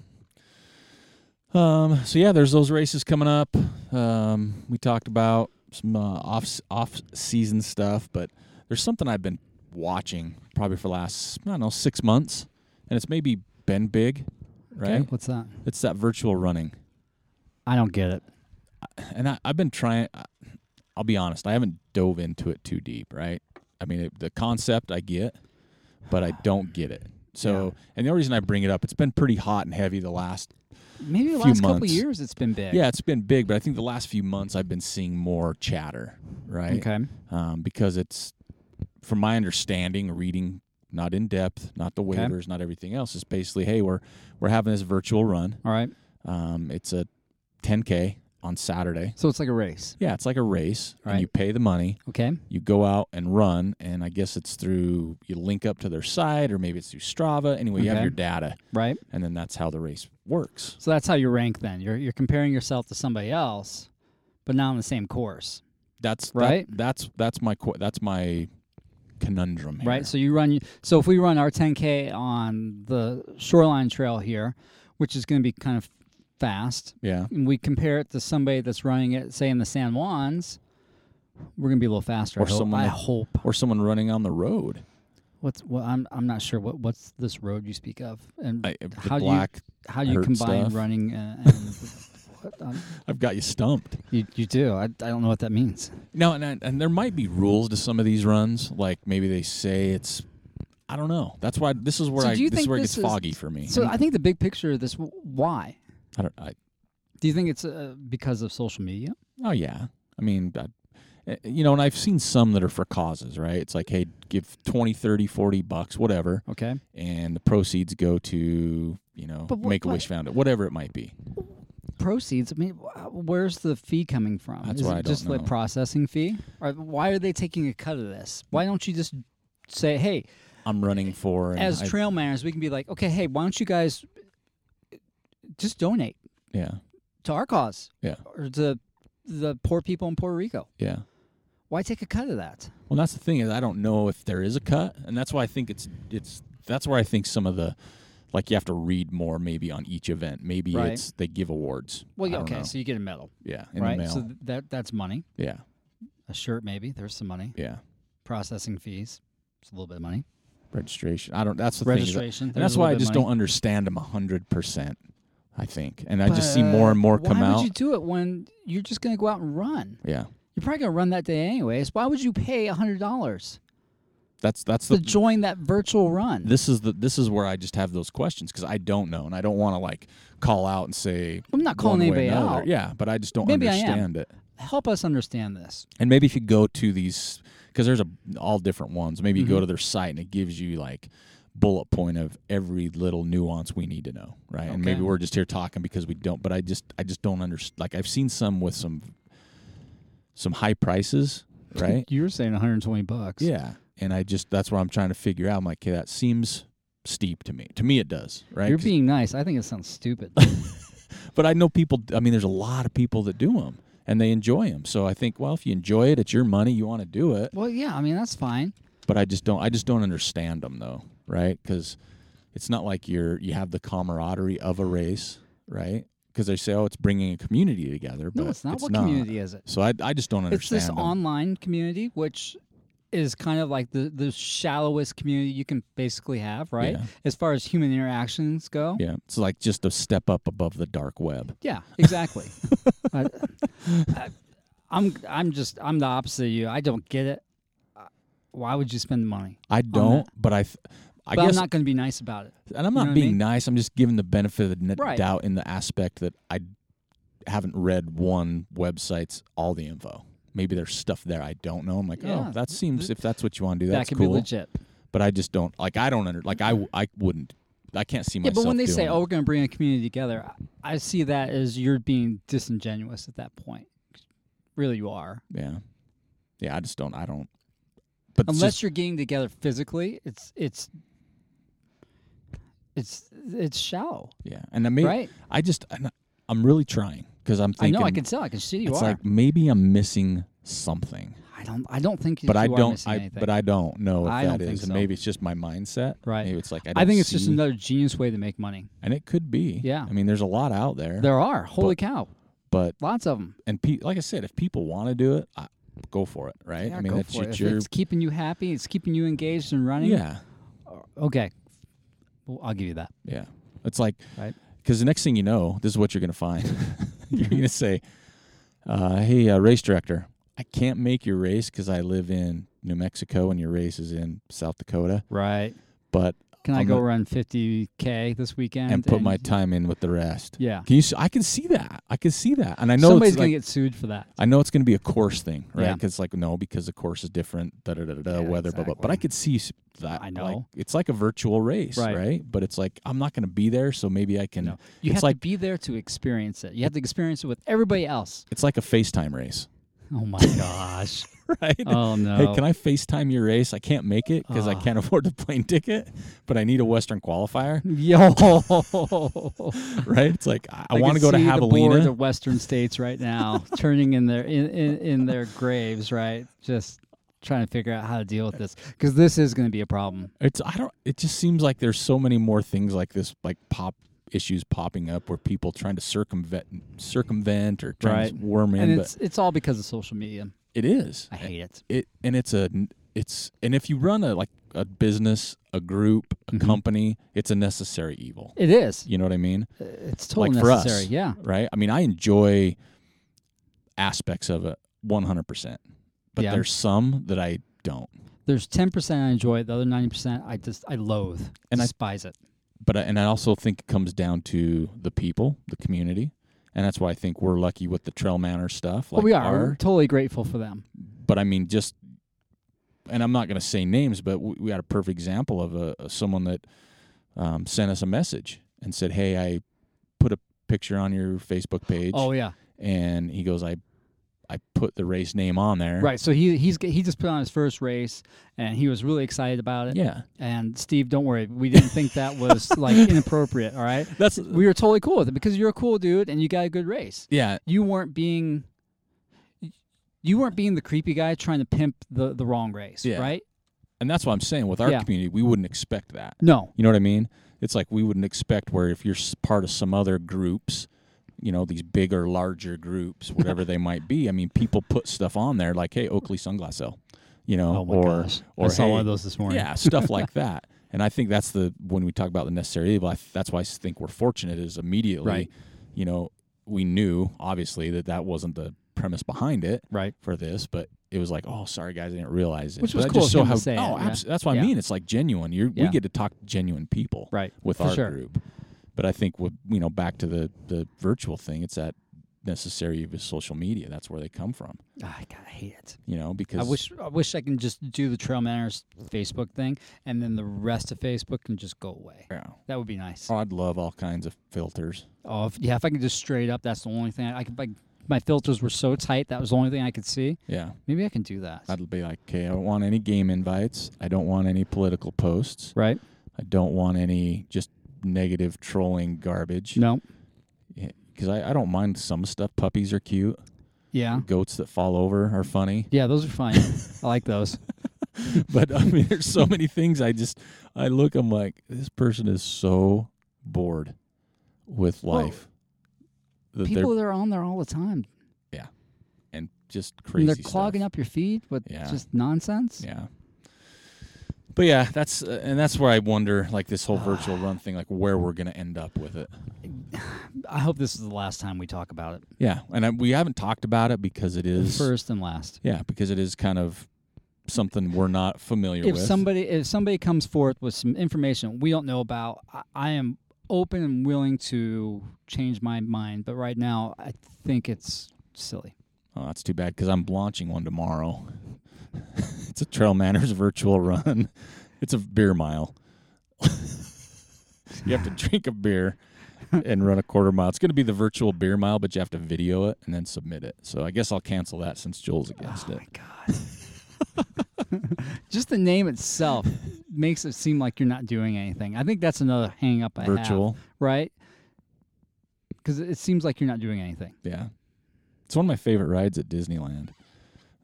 Speaker 1: Um. So yeah, there's those races coming up. Um. We talked about some uh, off off season stuff, but there's something I've been watching probably for the last I don't know six months, and it's maybe been big,
Speaker 2: Okay,
Speaker 1: right?
Speaker 2: What's that?
Speaker 1: It's that virtual running,
Speaker 2: I don't get it.
Speaker 1: and I, I've been trying. I- I'll be honest, I haven't dove into it too deep, right? I mean, it, the concept I get, but I don't get it. So, and the only reason I bring it up, it's been pretty hot and heavy the last
Speaker 2: Maybe the
Speaker 1: Few
Speaker 2: last couple
Speaker 1: months.
Speaker 2: years it's been big.
Speaker 1: Yeah, it's been big, but I think the last few months I've been seeing more chatter, right?
Speaker 2: Okay.
Speaker 1: Um, because it's, from my understanding, reading not in depth, not the waivers, not everything else. It's basically, hey, we're we're having this virtual run.
Speaker 2: All right.
Speaker 1: Um, it's a 10k on Saturday.
Speaker 2: So it's like a race.
Speaker 1: Yeah, it's like a race,
Speaker 2: Right.
Speaker 1: and you pay the money.
Speaker 2: Okay.
Speaker 1: You go out and run, and I guess it's through you link up to their site, or maybe it's through Strava. Anyway, you have
Speaker 2: Okay.
Speaker 1: your data,
Speaker 2: Right.
Speaker 1: and then that's how the race works.
Speaker 2: So that's how you rank then. You're you're comparing yourself to somebody else, but not on the same course,
Speaker 1: That's that-
Speaker 2: Right.
Speaker 1: that's that's my qu- that's my conundrum. Here.
Speaker 2: right? So you run so if we run our 10k on the shoreline trail here, which is going to be kind of fast,
Speaker 1: Yeah.
Speaker 2: and we compare it to somebody that's running it say in the San Juans, we're going to be a little faster.
Speaker 1: Or
Speaker 2: I hope.
Speaker 1: someone
Speaker 2: I
Speaker 1: that-
Speaker 2: hope.
Speaker 1: Or someone running on the road.
Speaker 2: What's well, I'm I'm not sure what what's this road you speak of and
Speaker 1: I, uh, the
Speaker 2: How do you-
Speaker 1: black.
Speaker 2: how do you
Speaker 1: hurt
Speaker 2: combine
Speaker 1: stuff. [LAUGHS]
Speaker 2: running and, and what, um,
Speaker 1: I've got you stumped.
Speaker 2: you you do. I, I don't know what that means.
Speaker 1: No, and and there might be rules to some of these runs. Like maybe they say it's I don't know. That's why this is where
Speaker 2: So
Speaker 1: I
Speaker 2: do you
Speaker 1: this is
Speaker 2: think
Speaker 1: where it
Speaker 2: this
Speaker 1: gets
Speaker 2: is-
Speaker 1: foggy for me.
Speaker 2: So I think the big picture of this, w- why?
Speaker 1: I don't. I,
Speaker 2: Do you think it's uh, because of social media?
Speaker 1: oh yeah. I mean, I, you know, and I've seen some that are for causes, right? It's like, hey, give 20, 30, 40 bucks, whatever,
Speaker 2: Okay.
Speaker 1: and the proceeds go to you know
Speaker 2: But what-
Speaker 1: Make a Wish Foundation, whatever it might be.
Speaker 2: Proceeds. I mean, wh- where's the fee coming from?
Speaker 1: That's
Speaker 2: Is
Speaker 1: what
Speaker 2: it
Speaker 1: I don't
Speaker 2: just like
Speaker 1: know.
Speaker 2: processing fee? Or why are they taking a cut of this? Why don't you just say, hey,
Speaker 1: I'm running for and
Speaker 2: as
Speaker 1: I-
Speaker 2: trail manners, we can be like, okay, hey, why don't you guys uh, just donate
Speaker 1: yeah,
Speaker 2: to our cause?
Speaker 1: Yeah.
Speaker 2: Or to the poor people in Puerto Rico.
Speaker 1: yeah.
Speaker 2: Why take a cut of that?
Speaker 1: Well, that's the thing is I don't know if there is a cut, and that's why I think it's it's that's where I think some of the like you have to read more maybe on each event. Maybe
Speaker 2: Right.
Speaker 1: it's they give awards.
Speaker 2: Well,
Speaker 1: I
Speaker 2: yeah,
Speaker 1: don't
Speaker 2: okay,
Speaker 1: know.
Speaker 2: so you get a medal,
Speaker 1: yeah, in the
Speaker 2: right?
Speaker 1: mail.
Speaker 2: So th- that that's money.
Speaker 1: yeah,
Speaker 2: A shirt, maybe. There's some money.
Speaker 1: yeah.
Speaker 2: Processing fees. It's a little bit of money.
Speaker 1: Registration. I don't. That's the thing. is that-
Speaker 2: Registration.
Speaker 1: and
Speaker 2: there's
Speaker 1: that's
Speaker 2: a
Speaker 1: why I
Speaker 2: little bit of
Speaker 1: just
Speaker 2: money.
Speaker 1: don't understand them hundred percent. I think, and I just see more and more
Speaker 2: But uh,
Speaker 1: come
Speaker 2: why
Speaker 1: out.
Speaker 2: would you do it when you're just going to go out and run?
Speaker 1: yeah,
Speaker 2: You're probably going to run that day anyways. Why would you pay hundred dollars
Speaker 1: that's that's
Speaker 2: to
Speaker 1: the
Speaker 2: join that virtual run?
Speaker 1: this is the this is where I just have those questions because I don't know and I don't want to like call out and say
Speaker 2: I'm not calling
Speaker 1: one way or
Speaker 2: anybody
Speaker 1: another.
Speaker 2: out.
Speaker 1: Yeah, but I just don't
Speaker 2: Maybe I am.
Speaker 1: understand it.
Speaker 2: Help us understand this.
Speaker 1: And maybe if you go to these, because there's a all different ones. Maybe you
Speaker 2: Mm-hmm.
Speaker 1: go to their site and it gives you like bullet point of every little nuance we need to know, right? And maybe
Speaker 2: Okay.
Speaker 1: we're just here talking because we don't. But I just I just don't understand. Like I've seen some with some some high prices,
Speaker 2: [LAUGHS]
Speaker 1: right?
Speaker 2: You were saying 120 bucks.
Speaker 1: yeah, and I just that's what I'm trying to figure out. I'm like, okay, that seems steep to me. To me, it does, right?
Speaker 2: You're
Speaker 1: 'Cause-
Speaker 2: being nice. I think it sounds
Speaker 1: [LAUGHS]
Speaker 2: stupid.
Speaker 1: but I know people. I mean, there's a lot of people that do them and they enjoy them. So I think, well, if you enjoy it, it's your money. You want to do it.
Speaker 2: well, yeah, I mean that's fine.
Speaker 1: but I just don't I just don't understand them though, right? Because it's not like you're you have the camaraderie of a race, right? Because they say, oh, it's bringing a community together, but
Speaker 2: No, it's not. what community is it?
Speaker 1: So I, I just don't
Speaker 2: It's
Speaker 1: understand.
Speaker 2: this
Speaker 1: 'em.
Speaker 2: online community, which is kind of like the the shallowest community you can basically have, right?
Speaker 1: Yeah.
Speaker 2: As far as human interactions go.
Speaker 1: yeah, it's like just a step up above the dark web.
Speaker 2: Yeah, exactly. [LAUGHS] I, I, I'm I'm just I'm the opposite of you. I don't get it. Uh, Why would you spend the money?
Speaker 1: I don't, but I, th- I
Speaker 2: but
Speaker 1: guess,
Speaker 2: I'm not going to be nice about it.
Speaker 1: and I'm
Speaker 2: know
Speaker 1: not
Speaker 2: what I
Speaker 1: being
Speaker 2: mean?
Speaker 1: nice. I'm just giving the benefit of the n-
Speaker 2: Right.
Speaker 1: doubt in the aspect that I haven't read one website's all the info. Maybe there's stuff there I don't know. I'm like,
Speaker 2: Yeah.
Speaker 1: oh, that seems if that's what you want to do,
Speaker 2: that
Speaker 1: that's
Speaker 2: could
Speaker 1: cool.
Speaker 2: be legit.
Speaker 1: but I just don't like I don't under like I I wouldn't I can't see
Speaker 2: Yeah,
Speaker 1: myself.
Speaker 2: but when they say,
Speaker 1: doing
Speaker 2: "Oh,
Speaker 1: it.
Speaker 2: we're going to bring a community together," I- I see that as you're being disingenuous at that point. Really, you are.
Speaker 1: yeah, yeah, I just don't I don't. But it's
Speaker 2: Unless
Speaker 1: just-
Speaker 2: you're getting together physically, it's it's it's it's shallow,
Speaker 1: yeah, and I mean
Speaker 2: right?
Speaker 1: I just I'm, I'm really trying because I'm
Speaker 2: I
Speaker 1: thinking
Speaker 2: know. I can tell. I can see you
Speaker 1: it's
Speaker 2: are.
Speaker 1: like maybe I'm missing something,
Speaker 2: I don't. I don't think.
Speaker 1: but
Speaker 2: you
Speaker 1: I
Speaker 2: are
Speaker 1: don't
Speaker 2: missing
Speaker 1: I
Speaker 2: anything.
Speaker 1: but I don't know if
Speaker 2: I
Speaker 1: that
Speaker 2: don't think
Speaker 1: is, and
Speaker 2: so.
Speaker 1: maybe it's just my mindset.
Speaker 2: Right.
Speaker 1: Maybe it's like I,
Speaker 2: I
Speaker 1: don't
Speaker 2: think it's just
Speaker 1: see-
Speaker 2: another genius way to make money.
Speaker 1: and it could be.
Speaker 2: Yeah.
Speaker 1: I mean, there's a lot out there,
Speaker 2: There are. Holy cow.
Speaker 1: but
Speaker 2: Lots of them.
Speaker 1: and pe- like I said, if people want to do it, I, go for it, right? I mean, that's it's your
Speaker 2: It's keeping you happy. It's keeping you engaged and running.
Speaker 1: yeah.
Speaker 2: Okay. Well, I'll give you that.
Speaker 1: Yeah. It's like,
Speaker 2: Right.
Speaker 1: Because the next thing you know, this is what you're going to find.
Speaker 2: [LAUGHS]
Speaker 1: [LAUGHS] you're going to say, uh, hey, uh, race director, I can't make your race because I live in New Mexico and your race is in South Dakota,
Speaker 2: Right.
Speaker 1: but
Speaker 2: Can i
Speaker 1: I'm
Speaker 2: go
Speaker 1: gonna-
Speaker 2: run 50K this weekend?
Speaker 1: and, put my time in with the rest.
Speaker 2: Yeah.
Speaker 1: Can you? s- I can see that. I can see that, and I know
Speaker 2: Somebody's
Speaker 1: it's
Speaker 2: going
Speaker 1: like,
Speaker 2: to get sued for that.
Speaker 1: I know it's going to be a course thing, right?
Speaker 2: Yeah.
Speaker 1: Because like no, because the course is different. Da da da da. da
Speaker 2: Yeah,
Speaker 1: weather, blah blah. But I
Speaker 2: exactly.
Speaker 1: could see s- that.
Speaker 2: I
Speaker 1: Like,
Speaker 2: know.
Speaker 1: it's like a virtual race, right?
Speaker 2: Right.
Speaker 1: But it's like I'm not going to be there, so maybe I can.
Speaker 2: No. You
Speaker 1: it's
Speaker 2: have
Speaker 1: like
Speaker 2: to be there to experience it. You have to experience it with everybody else.
Speaker 1: it's like a FaceTime race. [LAUGHS]
Speaker 2: Oh my gosh.
Speaker 1: right?
Speaker 2: oh no.
Speaker 1: Hey,
Speaker 2: [LAUGHS]
Speaker 1: can I FaceTime your race? I can't make it because I
Speaker 2: Ah.
Speaker 1: can't [LAUGHS] afford the plane ticket, but I need a Western
Speaker 2: [LAUGHS]
Speaker 1: qualifier,
Speaker 2: Yo. [LAUGHS]
Speaker 1: right? It's like I, I
Speaker 2: I
Speaker 1: want to go
Speaker 2: could
Speaker 1: to
Speaker 2: see The boards
Speaker 1: Javelina.
Speaker 2: of Western states
Speaker 1: [LAUGHS]
Speaker 2: right now, turning in their in, in, in their graves, right? Just trying to figure out how to deal with this because this is going to be a problem.
Speaker 1: It's I don't. It just seems like there's so many more things like this, like pop issues popping up where people trying to circumvent circumvent or trying to
Speaker 2: Right.
Speaker 1: worm in.
Speaker 2: and
Speaker 1: but
Speaker 2: it's it's all because of social media.
Speaker 1: it is.
Speaker 2: I hate it.
Speaker 1: it and it's a it's and if you run a like a business, a group, a
Speaker 2: Mm-hmm.
Speaker 1: company, it's a necessary evil.
Speaker 2: It is.
Speaker 1: You know what I mean?
Speaker 2: It's totally
Speaker 1: Like for us.
Speaker 2: necessary. Yeah.
Speaker 1: right? I mean, I enjoy aspects of it 100%, but
Speaker 2: Yeah.
Speaker 1: there's some that I don't.
Speaker 2: There's ten percent I enjoy. The other ninety percent I just I loathe
Speaker 1: And I-
Speaker 2: despise it.
Speaker 1: but I, and I also think it comes down to the people, the community, and that's why I think we're lucky with the Trail Manor stuff.
Speaker 2: Well, we are
Speaker 1: our-
Speaker 2: We're totally grateful for them.
Speaker 1: but I mean, just and I'm not going to say names, but we, we had a perfect example of a, someone that um, sent us a message and said, "Hey, I put a picture on your Facebook page,
Speaker 2: Oh yeah,
Speaker 1: and he goes, I I put the race name on there,
Speaker 2: right. So he he's he just put on his first race and he was really excited about it.
Speaker 1: Yeah,
Speaker 2: And Steve, don't worry, we didn't think that was
Speaker 1: [LAUGHS]
Speaker 2: like inappropriate. All right,
Speaker 1: that's
Speaker 2: we were totally cool with it because you're a cool dude and you got a good race.
Speaker 1: yeah,
Speaker 2: you weren't being you weren't being the creepy guy trying to pimp the the wrong race,
Speaker 1: Yeah.
Speaker 2: right?
Speaker 1: and that's what I'm saying with our
Speaker 2: Yeah.
Speaker 1: community, we wouldn't expect that.
Speaker 2: No.
Speaker 1: You know what I mean? It's like we wouldn't expect where if you're s- part of some other groups, you know, these bigger, larger
Speaker 2: [LAUGHS]
Speaker 1: groups, whatever they might be. I mean, people put stuff on there like, "Hey, Oakley Sunglass Hill," you know,
Speaker 2: Oh
Speaker 1: or or
Speaker 2: I saw
Speaker 1: hey,
Speaker 2: one of those this morning. [LAUGHS]
Speaker 1: yeah, stuff like that. And I think that's the when we talk about the necessary evil. I, th- that's why I s- think we're fortunate is immediately,
Speaker 2: Right.
Speaker 1: you know, we knew obviously that that wasn't the premise behind it
Speaker 2: Right.
Speaker 1: for this, but it was like, oh, sorry guys, I didn't realize it.
Speaker 2: Which
Speaker 1: But
Speaker 2: was
Speaker 1: that
Speaker 2: cool
Speaker 1: just so
Speaker 2: of him to
Speaker 1: how,
Speaker 2: say
Speaker 1: oh,
Speaker 2: it, yeah.
Speaker 1: abs- that's what
Speaker 2: Yeah.
Speaker 1: I mean. It's like genuine. You're,
Speaker 2: Yeah.
Speaker 1: We get to talk to genuine people
Speaker 2: Right.
Speaker 1: with
Speaker 2: For
Speaker 1: our
Speaker 2: sure.
Speaker 1: group. But I think with you know back to the the virtual thing, it's that necessary of social media. That's where they come from.
Speaker 2: Ah, God, I hate it.
Speaker 1: You know, because
Speaker 2: I wish I wish I can just do the Trail Manners Facebook thing and then the rest of Facebook can just go away.
Speaker 1: Yeah.
Speaker 2: That would be nice.
Speaker 1: Oh, I'd love all kinds of filters.
Speaker 2: Oh, if, yeah, if I can just straight up, that's the only thing I, I could like my filters were so tight that was the only thing I could see.
Speaker 1: Yeah.
Speaker 2: Maybe I can do that.
Speaker 1: I'd be like, okay, I don't want any game invites. I don't want any political posts.
Speaker 2: right?
Speaker 1: I don't want any just negative trolling garbage.
Speaker 2: No.
Speaker 1: Because I, I don't mind some stuff. Puppies are cute.
Speaker 2: Yeah.
Speaker 1: Goats that fall over are funny.
Speaker 2: Yeah, those are fine. I
Speaker 1: [LAUGHS]
Speaker 2: like those.
Speaker 1: but I mean, [LAUGHS] there's so many things I just, I look, I'm like, this person is so bored with
Speaker 2: Well,
Speaker 1: life. that they're-
Speaker 2: People that are on there all the time.
Speaker 1: and just
Speaker 2: And
Speaker 1: crazy.
Speaker 2: they're clogging up your feed with
Speaker 1: Yeah.
Speaker 2: just nonsense.
Speaker 1: Yeah. But yeah, that's uh, and that's where I wonder, like this whole virtual run thing, like where we're gonna end up with it.
Speaker 2: I hope this is the last time we talk about it.
Speaker 1: Yeah, and I, we haven't talked about it because it is
Speaker 2: First and last.
Speaker 1: yeah because it is kind of something we're not familiar
Speaker 2: If
Speaker 1: with.
Speaker 2: somebody if somebody comes forth with some information we don't know about, I, I am open and willing to change my mind. But right now, I think it's silly.
Speaker 1: oh, that's too bad because I'm launching one tomorrow. [LAUGHS] it's a Trail Manners virtual run. [LAUGHS] It's a beer mile. [LAUGHS] you have to drink a beer and run a quarter mile. It's going to be the virtual beer mile, but you have to video it and then submit it. So I guess I'll cancel that since Joel's against
Speaker 2: Oh
Speaker 1: it.
Speaker 2: my god. [LAUGHS] just the name itself makes it seem like you're not doing anything. I think that's another hang up I have,
Speaker 1: virtual.
Speaker 2: right? Because it seems like you're not doing anything.
Speaker 1: Yeah. It's one of my favorite rides at Disneyland.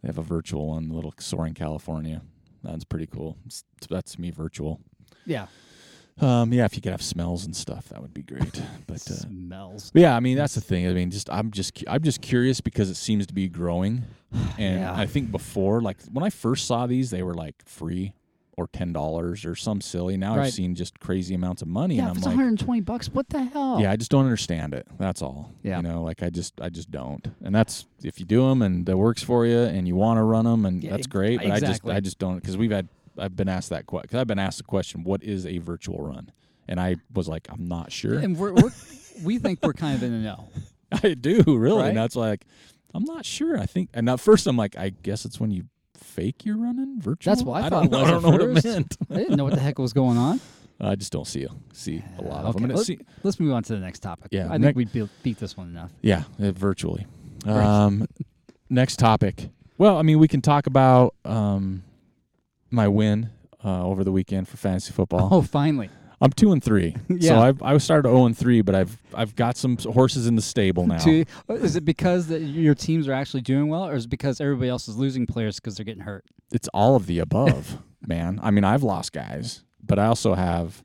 Speaker 1: They have a virtual one, little soaring California. That's pretty cool. It's, that's to me virtual.
Speaker 2: Yeah.
Speaker 1: Um, yeah, if you could have smells and stuff, that would be great. But uh,
Speaker 2: smells.
Speaker 1: but yeah, I mean that's the thing. I mean, just I'm just cu- I'm just curious because it seems to be growing,
Speaker 2: [SIGHS]
Speaker 1: and
Speaker 2: Yeah.
Speaker 1: I think before, like when I first saw these, they were like free or ten dollars or some silly. Now
Speaker 2: Right.
Speaker 1: I've seen just crazy amounts of money,
Speaker 2: Yeah,
Speaker 1: and
Speaker 2: if
Speaker 1: I'm
Speaker 2: it's
Speaker 1: like,
Speaker 2: 120 bucks, what the hell?
Speaker 1: yeah, I just don't understand it. That's all.
Speaker 2: Yeah.
Speaker 1: You know, like I just, I just don't. And that's if you do them and that works for you and you want to run them and
Speaker 2: Yeah,
Speaker 1: that's
Speaker 2: ex-
Speaker 1: great. But
Speaker 2: exactly.
Speaker 1: I just, I just don't because we've had, I've been asked that question because I've been asked the question, what is a virtual run? And I was like, I'm not sure.
Speaker 2: And we're, we're we think we're kind of in the know.
Speaker 1: [LAUGHS] I do really.
Speaker 2: Right?
Speaker 1: And that's like, I'm not sure. I think. And at first, I'm like, I guess it's when you fake you're running virtual.
Speaker 2: what I
Speaker 1: don't know-
Speaker 2: thought it was
Speaker 1: I
Speaker 2: at
Speaker 1: don't know what it
Speaker 2: first.
Speaker 1: meant.
Speaker 2: I didn't know what the heck was going on.
Speaker 1: I just don't see see a lot of them.
Speaker 2: Okay,
Speaker 1: And it
Speaker 2: let's,
Speaker 1: se-
Speaker 2: let's move on to the next topic.
Speaker 1: Yeah,
Speaker 2: I think
Speaker 1: next-
Speaker 2: we beat, beat this one enough.
Speaker 1: Yeah, uh, virtually.
Speaker 2: Right.
Speaker 1: Um, next topic. Well, I mean, we can talk about um, my win uh, over the weekend for fantasy football.
Speaker 2: Oh, finally.
Speaker 1: I'm two and
Speaker 2: [LAUGHS]
Speaker 1: three.
Speaker 2: Yeah.
Speaker 1: So I've, I started zero and three, but I've I've got some s- horses in the stable now.
Speaker 2: [LAUGHS] Two, uh, is it because that your teams are actually doing well, or is it because everybody else is losing players because they're getting hurt?
Speaker 1: It's all of the above, [LAUGHS] man. I mean, I've lost guys, but I also have.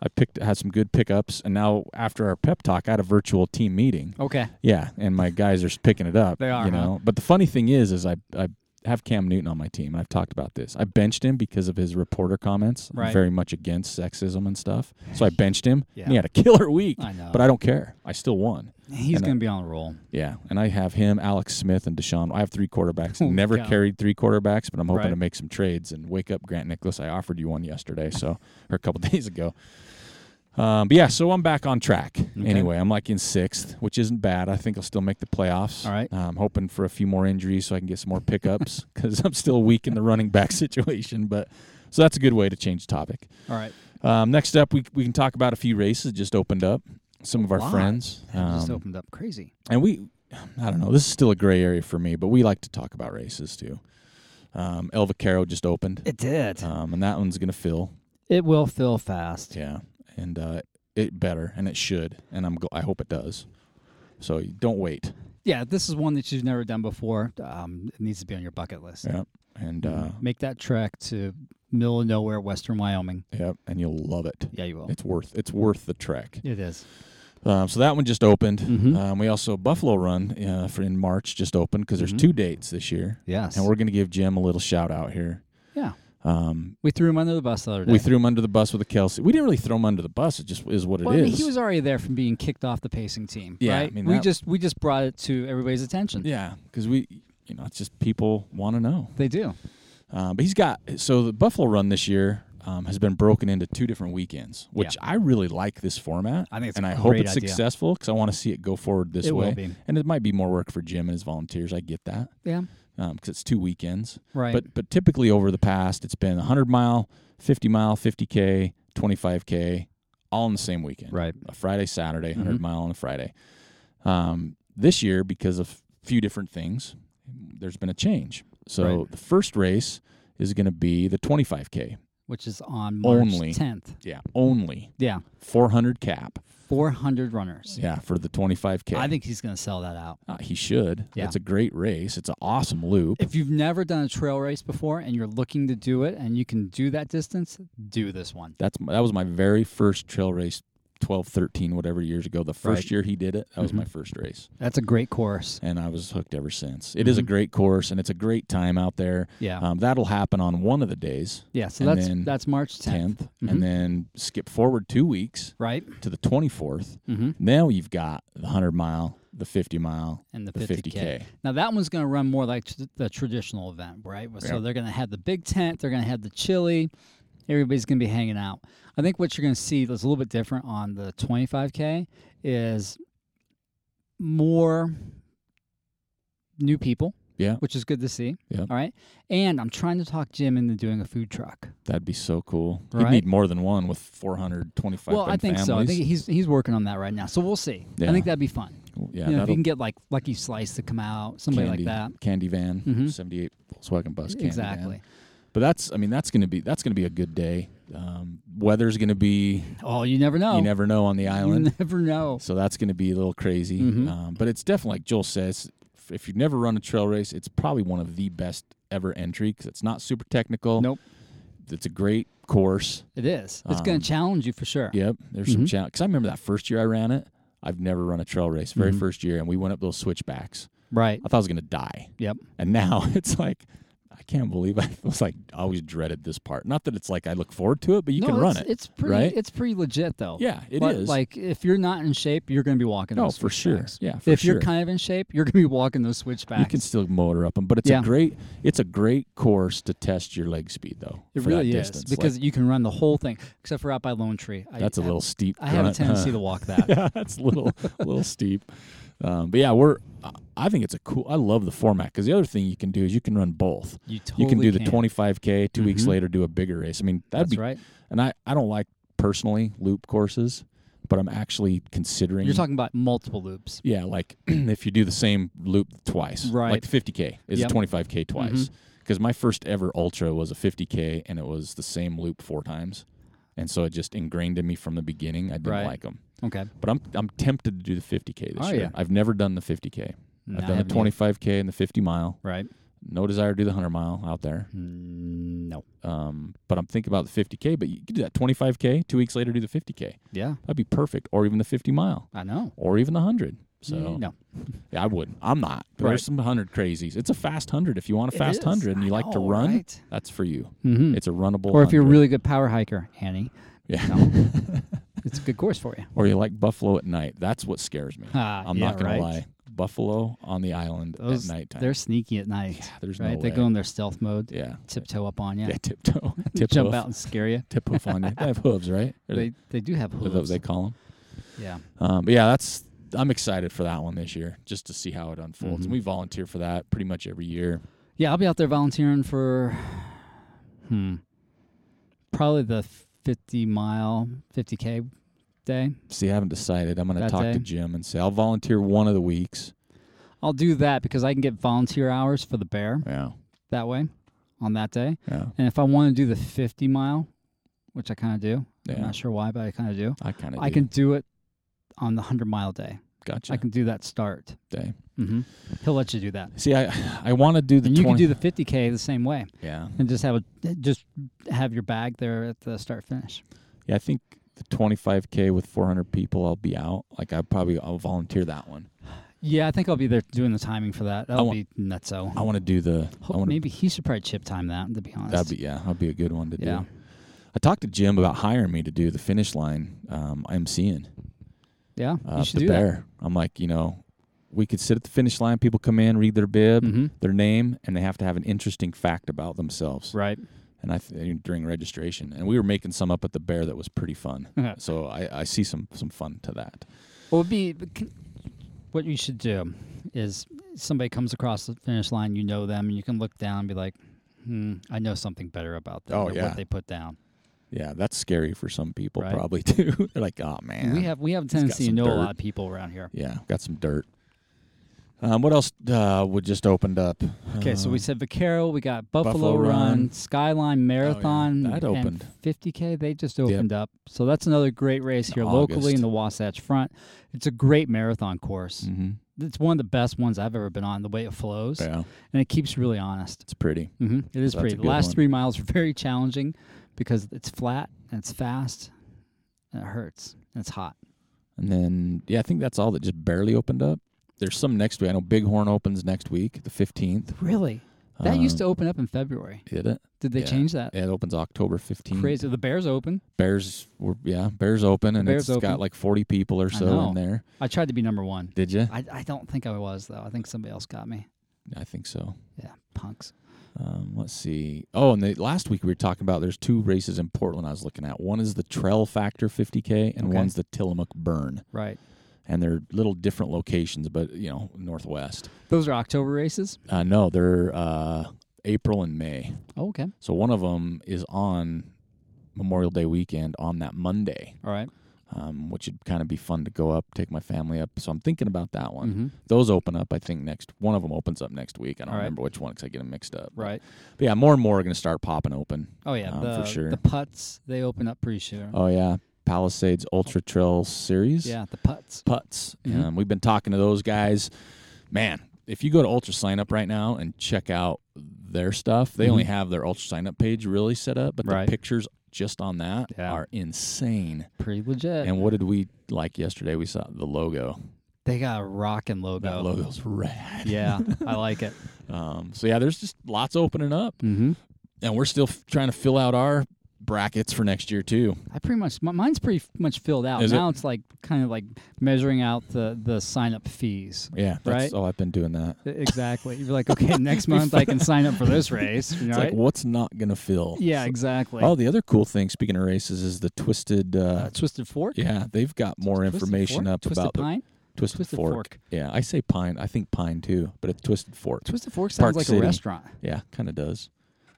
Speaker 1: I picked had some good pickups, and now after our pep talk, I had a virtual team meeting.
Speaker 2: Okay.
Speaker 1: Yeah, and my guys are picking it up.
Speaker 2: They are,
Speaker 1: you know. But the funny thing is, is I I have Cam Newton on my team. I've talked about this. I benched him because of his reporter comments. I'm
Speaker 2: Right.
Speaker 1: very much against sexism and stuff. So I benched him. and
Speaker 2: Yeah.
Speaker 1: he had a killer week.
Speaker 2: I know.
Speaker 1: But I don't care. I still won.
Speaker 2: He's
Speaker 1: And, uh,
Speaker 2: going to be on the roll.
Speaker 1: Yeah, and I have him, Alex Smith, and Deshaun. I have three quarterbacks.
Speaker 2: Oh,
Speaker 1: Never
Speaker 2: God.
Speaker 1: carried three quarterbacks, but I'm hoping
Speaker 2: Right.
Speaker 1: to make some trades and wake up Grant Nicholas. I offered you one yesterday, so or a couple [LAUGHS] days ago. Um, but yeah, so I'm back on track. Anyway, I'm like in sixth, which isn't bad. I think I'll still make the playoffs.
Speaker 2: All right.
Speaker 1: I'm hoping for a few more injuries so I can get some more
Speaker 2: [LAUGHS]
Speaker 1: pickups because I'm still weak in the running back [LAUGHS] situation. But so that's a good way to change topic.
Speaker 2: All right.
Speaker 1: Um, next up, we we can talk about a few races that just opened up. Some of our
Speaker 2: lot.
Speaker 1: friends.
Speaker 2: That just
Speaker 1: Um,
Speaker 2: opened up crazy.
Speaker 1: and we i don't know this is still a gray area for me but we like to talk about races too um, el vaquero just opened
Speaker 2: It did.
Speaker 1: um, and that one's gonna fill
Speaker 2: it will fill fast.
Speaker 1: yeah and uh, it better and it should and i'm gl- i hope it does so you don't wait
Speaker 2: Yeah, this is one that you've never done before. Um, it needs to be on your bucket list.
Speaker 1: yeah and uh,
Speaker 2: Make that trek to middle of nowhere, western Wyoming.
Speaker 1: yeah and you'll love it
Speaker 2: Yeah, you will.
Speaker 1: it's worth it's worth the trek
Speaker 2: It is.
Speaker 1: um, so that one just opened
Speaker 2: Mhm.
Speaker 1: um, we also buffalo run uh, for in march just opened because there's
Speaker 2: Mhm.
Speaker 1: two dates this year
Speaker 2: Yes.
Speaker 1: and we're gonna give jim a little shout out here
Speaker 2: yeah.
Speaker 1: um,
Speaker 2: We threw him under the bus the other day.
Speaker 1: We threw him under the bus with a Kelsey. We didn't really throw him under the bus. It just is what
Speaker 2: well,
Speaker 1: it
Speaker 2: I
Speaker 1: is.
Speaker 2: mean, he was already there from being kicked off the pacing team.
Speaker 1: Yeah, I
Speaker 2: right?
Speaker 1: mean,
Speaker 2: we
Speaker 1: that-
Speaker 2: just we just brought it to everybody's attention.
Speaker 1: yeah, because we, you know, it's just people want to know.
Speaker 2: They do.
Speaker 1: Uh, but he's got so the Buffalo Run this year um, has been broken into two different weekends, which I really like this format.
Speaker 2: I think it's
Speaker 1: and
Speaker 2: a
Speaker 1: I hope
Speaker 2: great
Speaker 1: it's
Speaker 2: idea.
Speaker 1: successful because I want to see it go forward this
Speaker 2: It will
Speaker 1: way.
Speaker 2: be.
Speaker 1: And it might be more work for Jim and his volunteers. I get that
Speaker 2: Yeah.
Speaker 1: because it's two weekends.
Speaker 2: Right.
Speaker 1: But but typically over the past, it's been 100 mile, 50 mile, 50k, 25k, all in the same weekend.
Speaker 2: right.
Speaker 1: a Friday, Saturday, 100
Speaker 2: Mhm.
Speaker 1: mile on a Friday. Um, this year, because of a few different things, there's been a change. So
Speaker 2: Right.
Speaker 1: the first race is going to be the 25K.
Speaker 2: Which is on March
Speaker 1: Only.
Speaker 2: 10th.
Speaker 1: Yeah. Only
Speaker 2: Yeah.
Speaker 1: 400 cap.
Speaker 2: 400 runners.
Speaker 1: Yeah. For the 25K.
Speaker 2: I think he's going to sell that out.
Speaker 1: Uh, he should.
Speaker 2: Yeah.
Speaker 1: It's a great race. It's an awesome loop.
Speaker 2: If you've never done a trail race before and you're looking to do it and you can do that distance, do this one.
Speaker 1: That's my- That was my very first trail race 12, 13, whatever years ago. The first
Speaker 2: Right.
Speaker 1: year he did it, that was
Speaker 2: Mhm.
Speaker 1: my first race.
Speaker 2: That's a great course.
Speaker 1: And I was hooked ever since. It is a
Speaker 2: Mhm.
Speaker 1: great course and it's a great time out there.
Speaker 2: Yeah.
Speaker 1: Um, that'll happen on one of the days.
Speaker 2: yeah. So
Speaker 1: and
Speaker 2: that's
Speaker 1: then
Speaker 2: that's March 10th,
Speaker 1: 10th
Speaker 2: Mhm.
Speaker 1: and then skip forward two weeks
Speaker 2: right?
Speaker 1: to the 24th
Speaker 2: Mm-hmm.
Speaker 1: now you've got the 100 mile the 50 mile
Speaker 2: And the
Speaker 1: the 50k,
Speaker 2: 50K. Now that one's going to run more like tr- the traditional event, right? So
Speaker 1: Yeah.
Speaker 2: they're going to have the big tent, they're going to have the chili, everybody's going to be hanging out. I think what you're going to see that's a little bit different on the 25k is more new people,
Speaker 1: Yeah.
Speaker 2: which is good to see.
Speaker 1: Yeah.
Speaker 2: All right, and I'm trying to talk Jim into doing a food truck.
Speaker 1: that'd be so cool
Speaker 2: Right.
Speaker 1: you'd need more than one with 425
Speaker 2: well, I think
Speaker 1: families.
Speaker 2: so. I think he's he's working on that right now, so we'll see. I
Speaker 1: Yeah.
Speaker 2: think that'd be fun.
Speaker 1: yeah
Speaker 2: you know, if
Speaker 1: that'll
Speaker 2: you can get like Lucky Slice to come out, somebody
Speaker 1: candy,
Speaker 2: like that.
Speaker 1: candy van
Speaker 2: Mhm.
Speaker 1: 78 volkswagen bus candy
Speaker 2: Exactly.
Speaker 1: van. but that's i mean that's gonna be that's gonna be a good day um, weather's gonna be
Speaker 2: Oh, you never know.
Speaker 1: you never know on the island
Speaker 2: You never know.
Speaker 1: So that's going to be a little crazy.
Speaker 2: Mhm.
Speaker 1: Um, but it's definitely, like Joel says, f- if you've never run a trail race, it's probably one of the best ever entry because it's not super technical.
Speaker 2: Nope.
Speaker 1: It's a great course.
Speaker 2: It is. It's going
Speaker 1: Um,
Speaker 2: to challenge you for sure.
Speaker 1: Yep. There's some
Speaker 2: Mm-hmm.
Speaker 1: challenge. Because I remember that first year I ran it, I've never run a trail race, very
Speaker 2: Mm-hmm.
Speaker 1: first year, and we went up those switchbacks.
Speaker 2: Right.
Speaker 1: I thought I was going to die.
Speaker 2: Yep.
Speaker 1: And now [LAUGHS] it's like, I can't believe I was like, I always dreaded this part. Not that it's like I look forward to it, but you
Speaker 2: no,
Speaker 1: can run
Speaker 2: it's,
Speaker 1: it.
Speaker 2: It's pretty.
Speaker 1: right?
Speaker 2: It's pretty legit though.
Speaker 1: yeah, it is.
Speaker 2: But, Like if you're not in shape, you're going to be walking.
Speaker 1: no,
Speaker 2: those
Speaker 1: for sure.
Speaker 2: switchbacks.
Speaker 1: Yeah, for
Speaker 2: if
Speaker 1: sure.
Speaker 2: you're kind of in shape, you're going to be walking those switchbacks.
Speaker 1: You can still motor up them, but it's
Speaker 2: Yeah.
Speaker 1: a great it's a great course to test your leg speed though.
Speaker 2: it
Speaker 1: for that
Speaker 2: really is
Speaker 1: distance. Like,
Speaker 2: because you can run the whole thing, except for out by Lone Tree. I,
Speaker 1: that's a
Speaker 2: I-
Speaker 1: little steep.
Speaker 2: I have a
Speaker 1: grunt, huh?
Speaker 2: tendency to walk
Speaker 1: [LAUGHS]
Speaker 2: that.
Speaker 1: yeah, that's a little a little steep. Um, but yeah, we're I- I think it's a cool. I love the format because the other thing you can do is you can run both.
Speaker 2: You totally
Speaker 1: you can do the 25k. 2 weeks
Speaker 2: Mhm.
Speaker 1: later, do a bigger race. I mean, that'd
Speaker 2: That's
Speaker 1: be
Speaker 2: right.
Speaker 1: And I I don't like personally loop courses, but I'm actually considering.
Speaker 2: You're talking about multiple loops.
Speaker 1: Yeah, like [CLEARS THROAT] if you do the same loop twice,
Speaker 2: Right.
Speaker 1: Like the 50k is
Speaker 2: Yep. Mm-hmm.
Speaker 1: a 25k twice. Because my first ever ultra was a 50k, and it was the same loop four times, and so it just ingrained in me from the beginning. I didn't
Speaker 2: Right.
Speaker 1: like them,
Speaker 2: Okay.
Speaker 1: but I'm I'm tempted to do the 50k this
Speaker 2: Oh,
Speaker 1: year.
Speaker 2: yeah.
Speaker 1: I've never done the 50k.
Speaker 2: No,
Speaker 1: I've done the
Speaker 2: haven't you?
Speaker 1: 25k and the 50 mile.
Speaker 2: Right.
Speaker 1: No desire to do the 100 mile out there.
Speaker 2: Mm, No.
Speaker 1: Um, but I'm thinking about the 50k. But you could do that 25k. Two weeks later, do the 50k.
Speaker 2: Yeah.
Speaker 1: That'd be perfect. Or even the 50 mile.
Speaker 2: I know. Mm,
Speaker 1: Or even the 100. So
Speaker 2: no.
Speaker 1: yeah, I wouldn't. I'm not. But
Speaker 2: Right.
Speaker 1: There's some hundred crazies. It's a fast hundred. If you want a
Speaker 2: It
Speaker 1: fast
Speaker 2: is.
Speaker 1: hundred and
Speaker 2: I
Speaker 1: you like to
Speaker 2: know,
Speaker 1: run,
Speaker 2: right?
Speaker 1: that's for you.
Speaker 2: Mm-hmm.
Speaker 1: It's a runnable.
Speaker 2: Or if you're
Speaker 1: 100.
Speaker 2: a
Speaker 1: [LAUGHS]
Speaker 2: really good power hiker, Annie.
Speaker 1: yeah,
Speaker 2: it's a good course for you.
Speaker 1: or you like buffalo at night. That's what scares
Speaker 2: [LAUGHS]
Speaker 1: me.
Speaker 2: Ah,
Speaker 1: [LAUGHS] I'm
Speaker 2: yeah,
Speaker 1: not gonna
Speaker 2: right.
Speaker 1: lie. Buffalo on the island
Speaker 2: Those-
Speaker 1: at nighttime.
Speaker 2: They're sneaky at night,
Speaker 1: yeah, there's
Speaker 2: right?
Speaker 1: no
Speaker 2: they
Speaker 1: way.
Speaker 2: go in their stealth mode,
Speaker 1: yeah.
Speaker 2: tiptoe up on you,
Speaker 1: Yeah,
Speaker 2: [LAUGHS]
Speaker 1: tiptoe, tip
Speaker 2: jump
Speaker 1: hoof,
Speaker 2: out and scare
Speaker 1: [LAUGHS]
Speaker 2: you.
Speaker 1: tip hoof
Speaker 2: [LAUGHS]
Speaker 1: on you. They have hooves, right? Or
Speaker 2: They they do have
Speaker 1: what
Speaker 2: hooves.
Speaker 1: they call them.
Speaker 2: yeah,
Speaker 1: Um, but yeah, that's I'm excited for that one this year, just to see how it unfolds.
Speaker 2: Mhm.
Speaker 1: And we volunteer for that pretty much every year.
Speaker 2: yeah. I'll be out there volunteering for, [SIGHS] hmm, probably the 50 mile, 50k day.
Speaker 1: See, I haven't decided. I'm going to
Speaker 2: That
Speaker 1: talk
Speaker 2: day?
Speaker 1: to Jim and say I'll volunteer one of the weeks.
Speaker 2: I'll do that because I can get volunteer hours for the bear
Speaker 1: Yeah,
Speaker 2: that way, on that day.
Speaker 1: yeah,
Speaker 2: And if I want to do the 50 mile, which I kind of do, I'm
Speaker 1: yeah.
Speaker 2: not sure why, but I kind of do.
Speaker 1: I kind of.
Speaker 2: I can do it on the 100 mile day.
Speaker 1: gotcha.
Speaker 2: I can do that start.
Speaker 1: day.
Speaker 2: hmm He'll let you do that.
Speaker 1: See, I I want to do the
Speaker 2: And
Speaker 1: 20,
Speaker 2: you can do the 50k the same way,
Speaker 1: yeah
Speaker 2: and just have a just have your bag there at the start finish.
Speaker 1: yeah. I think the 25k with 400 people, I'll be out. Like I probably I'll volunteer that one.
Speaker 2: Yeah, I think I'll be there doing the timing for that. That'll
Speaker 1: wa-
Speaker 2: be nutso.
Speaker 1: I want to do the. I
Speaker 2: Hope,
Speaker 1: want
Speaker 2: maybe he should probably chip time that. To be honest,
Speaker 1: That'd be yeah, that'd be a good one to
Speaker 2: Yeah.
Speaker 1: do. I talked to Jim about hiring me to do the finish line. Um, I'm seeing
Speaker 2: yeah,
Speaker 1: uh,
Speaker 2: you should
Speaker 1: the
Speaker 2: do that.
Speaker 1: bear. I'm like, you know, we could sit at the finish line. People come in, read their bib,
Speaker 2: Mm-hmm.
Speaker 1: their name, and they have to have an interesting fact about themselves.
Speaker 2: Right. [LAUGHS]
Speaker 1: And I th- during registration, and we were making some up at the bear that was pretty fun. so I, I see some some fun to that.
Speaker 2: Well, it'd be but can- what you should do is somebody comes across the finish line, you know them, and you can look down and be like, hmm, I know something better about them
Speaker 1: Oh,
Speaker 2: or
Speaker 1: yeah.
Speaker 2: what they put down.
Speaker 1: Yeah, that's scary for some people
Speaker 2: Right.
Speaker 1: probably [LAUGHS] too. They're like, oh man,
Speaker 2: We have we have a tendency to
Speaker 1: some
Speaker 2: know
Speaker 1: dirt.
Speaker 2: a lot of people around here.
Speaker 1: yeah, got some dirt. Um, what else uh, would just opened up?
Speaker 2: Okay, so we
Speaker 1: Um,
Speaker 2: said Vaquero, we got Buffalo,
Speaker 1: Buffalo
Speaker 2: Run,
Speaker 1: Run.
Speaker 2: Skyline Marathon.
Speaker 1: That opened.
Speaker 2: Fifty K, they just opened up. So that's another great race here locally
Speaker 1: August.
Speaker 2: in the Wasatch Front. It's a great marathon course.
Speaker 1: mhm.
Speaker 2: It's one of the best ones I've ever been on, the way it flows.
Speaker 1: yeah,
Speaker 2: And it keeps really honest.
Speaker 1: it's pretty.
Speaker 2: hmm It is
Speaker 1: That's a
Speaker 2: pretty. The
Speaker 1: good
Speaker 2: last
Speaker 1: one.
Speaker 2: three miles are very challenging because it's flat and it's fast and it hurts and it's hot.
Speaker 1: And then yeah, I think that's all that just barely opened up. There's some next week. I know Bighorn opens next week, the fifteenth. Um,
Speaker 2: Really? That used to open up in February.
Speaker 1: did it.
Speaker 2: Did they
Speaker 1: yeah.
Speaker 2: change that?
Speaker 1: It opens October fifteenth.
Speaker 2: Crazy. The Bears open.
Speaker 1: Bears were yeah, Bears open, and it's
Speaker 2: Bears
Speaker 1: got
Speaker 2: open.
Speaker 1: like forty people or so
Speaker 2: know.
Speaker 1: in there.
Speaker 2: I tried to be number one.
Speaker 1: Did you?
Speaker 2: I, I don't think I was though. I think somebody else got me.
Speaker 1: I think so.
Speaker 2: Yeah, punks.
Speaker 1: Um, let's see. Oh, and the, last week we were talking about there's two races in Portland. I was looking at one is the Trail Factor 50k, and
Speaker 2: Okay.
Speaker 1: one's the Tillamook Burn,
Speaker 2: Right.
Speaker 1: and they're little different locations, but you know northwest.
Speaker 2: Those are October races.
Speaker 1: Uh, no, they're uh, April and May.
Speaker 2: Oh, okay.
Speaker 1: So one of them is on Memorial Day weekend on that Monday,
Speaker 2: All right.
Speaker 1: um, which would kind of be fun to go up, take my family up. So I'm thinking about that one.
Speaker 2: Mhm.
Speaker 1: Those open up, I think next. One of them opens up next week. I don't
Speaker 2: All right.
Speaker 1: remember which one because I get them mixed up.
Speaker 2: Right.
Speaker 1: But yeah, more and more are going to start popping open.
Speaker 2: Oh yeah.
Speaker 1: Um, for
Speaker 2: the,
Speaker 1: sure.
Speaker 2: The putts they open up pretty soon.
Speaker 1: Oh yeah, Palisades Ultra Trail Series.
Speaker 2: Yeah, the putts.
Speaker 1: putts.
Speaker 2: Mhm.
Speaker 1: Um, we've been talking to those guys. Man, if you go to Ultra Sign Up right now and check out their stuff, they only
Speaker 2: Mhm.
Speaker 1: have their Ultra Sign Up page really set up, but
Speaker 2: Right.
Speaker 1: the pictures just on that
Speaker 2: Yeah. Uh,
Speaker 1: are insane.
Speaker 2: Pretty legit.
Speaker 1: And what did we like yesterday? We saw the logo.
Speaker 2: they got a rockin'
Speaker 1: That
Speaker 2: logo.
Speaker 1: logo's rad.
Speaker 2: yeah, I
Speaker 1: [LAUGHS]
Speaker 2: like it.
Speaker 1: Um, so yeah, there's just lots opening up,
Speaker 2: Mm-hmm.
Speaker 1: and we're still f- trying to fill out our brackets for next year too.
Speaker 2: I pretty much mi- mine's pretty f- much filled out.
Speaker 1: Is it?
Speaker 2: now it's like kind of like measuring out the the sign up
Speaker 1: [LAUGHS]
Speaker 2: fees.
Speaker 1: Yeah, that's
Speaker 2: Right.
Speaker 1: all I've been doing that.
Speaker 2: E- Exactly. You're like, okay,
Speaker 1: [LAUGHS]
Speaker 2: next month I can sign up for this race. You
Speaker 1: It's
Speaker 2: know,
Speaker 1: like what's not gonna fill?
Speaker 2: yeah,
Speaker 1: So-
Speaker 2: exactly.
Speaker 1: Oh, the other cool thing, speaking of races, is the Twisted.
Speaker 2: Uh,
Speaker 1: Uh,
Speaker 2: Twisted Fork.
Speaker 1: yeah, they've got more
Speaker 2: Twisted
Speaker 1: information
Speaker 2: Fork?
Speaker 1: up
Speaker 2: Twisted
Speaker 1: about
Speaker 2: Pine.
Speaker 1: the Twisted,
Speaker 2: Twisted
Speaker 1: Fork.
Speaker 2: Fork.
Speaker 1: Yeah, I say pine. I think pine too, but it's Twisted Fork.
Speaker 2: Twisted Fork sounds
Speaker 1: Park
Speaker 2: like
Speaker 1: City.
Speaker 2: a restaurant.
Speaker 1: Yeah, kind of does.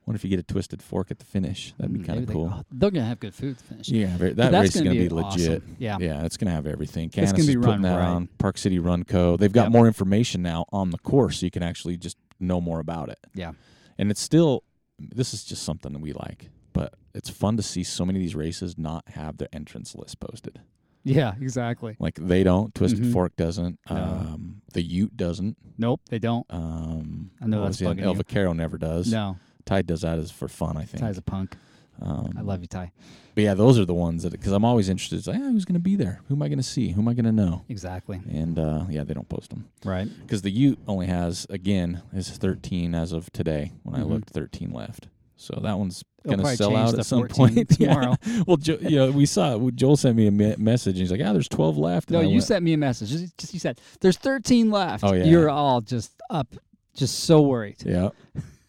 Speaker 1: Wonder if you get a Twisted Fork at the finish. That'd be
Speaker 2: Mm,
Speaker 1: kind
Speaker 2: maybe
Speaker 1: of
Speaker 2: they-
Speaker 1: cool.
Speaker 2: oh, they're gonna have good food to finish.
Speaker 1: yeah, very,
Speaker 2: But
Speaker 1: that
Speaker 2: that's
Speaker 1: race is
Speaker 2: gonna
Speaker 1: going to be,
Speaker 2: awesome.
Speaker 1: legit.
Speaker 2: Yeah.
Speaker 1: Yeah, it's going to have everything. Canis
Speaker 2: gonna
Speaker 1: is
Speaker 2: be
Speaker 1: putting
Speaker 2: run
Speaker 1: that
Speaker 2: right.
Speaker 1: on Park City Run Co. They've got
Speaker 2: Yep.
Speaker 1: more information now on the course, so you can actually just know more about it.
Speaker 2: Yeah.
Speaker 1: and it's still this is just something that we like, but it's fun to see so many of these races not have their entrance list posted.
Speaker 2: [LAUGHS] Yeah, exactly.
Speaker 1: Like they don't. Twisted
Speaker 2: Mhm.
Speaker 1: Fork doesn't.
Speaker 2: No.
Speaker 1: Um, the Ute doesn't.
Speaker 2: Nope, they don't.
Speaker 1: Um,
Speaker 2: I know
Speaker 1: what was
Speaker 2: that's
Speaker 1: the other-
Speaker 2: bugging
Speaker 1: El
Speaker 2: you.
Speaker 1: Vaquero never does.
Speaker 2: No,
Speaker 1: Tide does that as for fun, I think.
Speaker 2: Ty's a punk.
Speaker 1: um,
Speaker 2: I love you, Ty.
Speaker 1: But yeah, those are the ones that because I'm always interested. It's like, "Ah, who's going to be there? Who am I going to see? Who am I going to know?
Speaker 2: Exactly.
Speaker 1: And uh, yeah, they don't post them
Speaker 2: Right.
Speaker 1: because the Ute only has again is 13 as of today when I
Speaker 2: Mhm.
Speaker 1: looked, 13 left. So that one's
Speaker 2: It'll
Speaker 1: going to
Speaker 2: probably
Speaker 1: sell
Speaker 2: change
Speaker 1: out
Speaker 2: to
Speaker 1: at some
Speaker 2: 14
Speaker 1: point [LAUGHS]
Speaker 2: tomorrow.
Speaker 1: Yeah. Well, jo- you know, we saw it. Joel sent me a me- message, and he's like, "Ah, there's 12 left." And
Speaker 2: No,
Speaker 1: I
Speaker 2: you
Speaker 1: went,
Speaker 2: sent me a message. Just, just you said there's 13 left.
Speaker 1: Oh, yeah.
Speaker 2: You're all just up, just so worried.
Speaker 1: [LAUGHS] Yeah.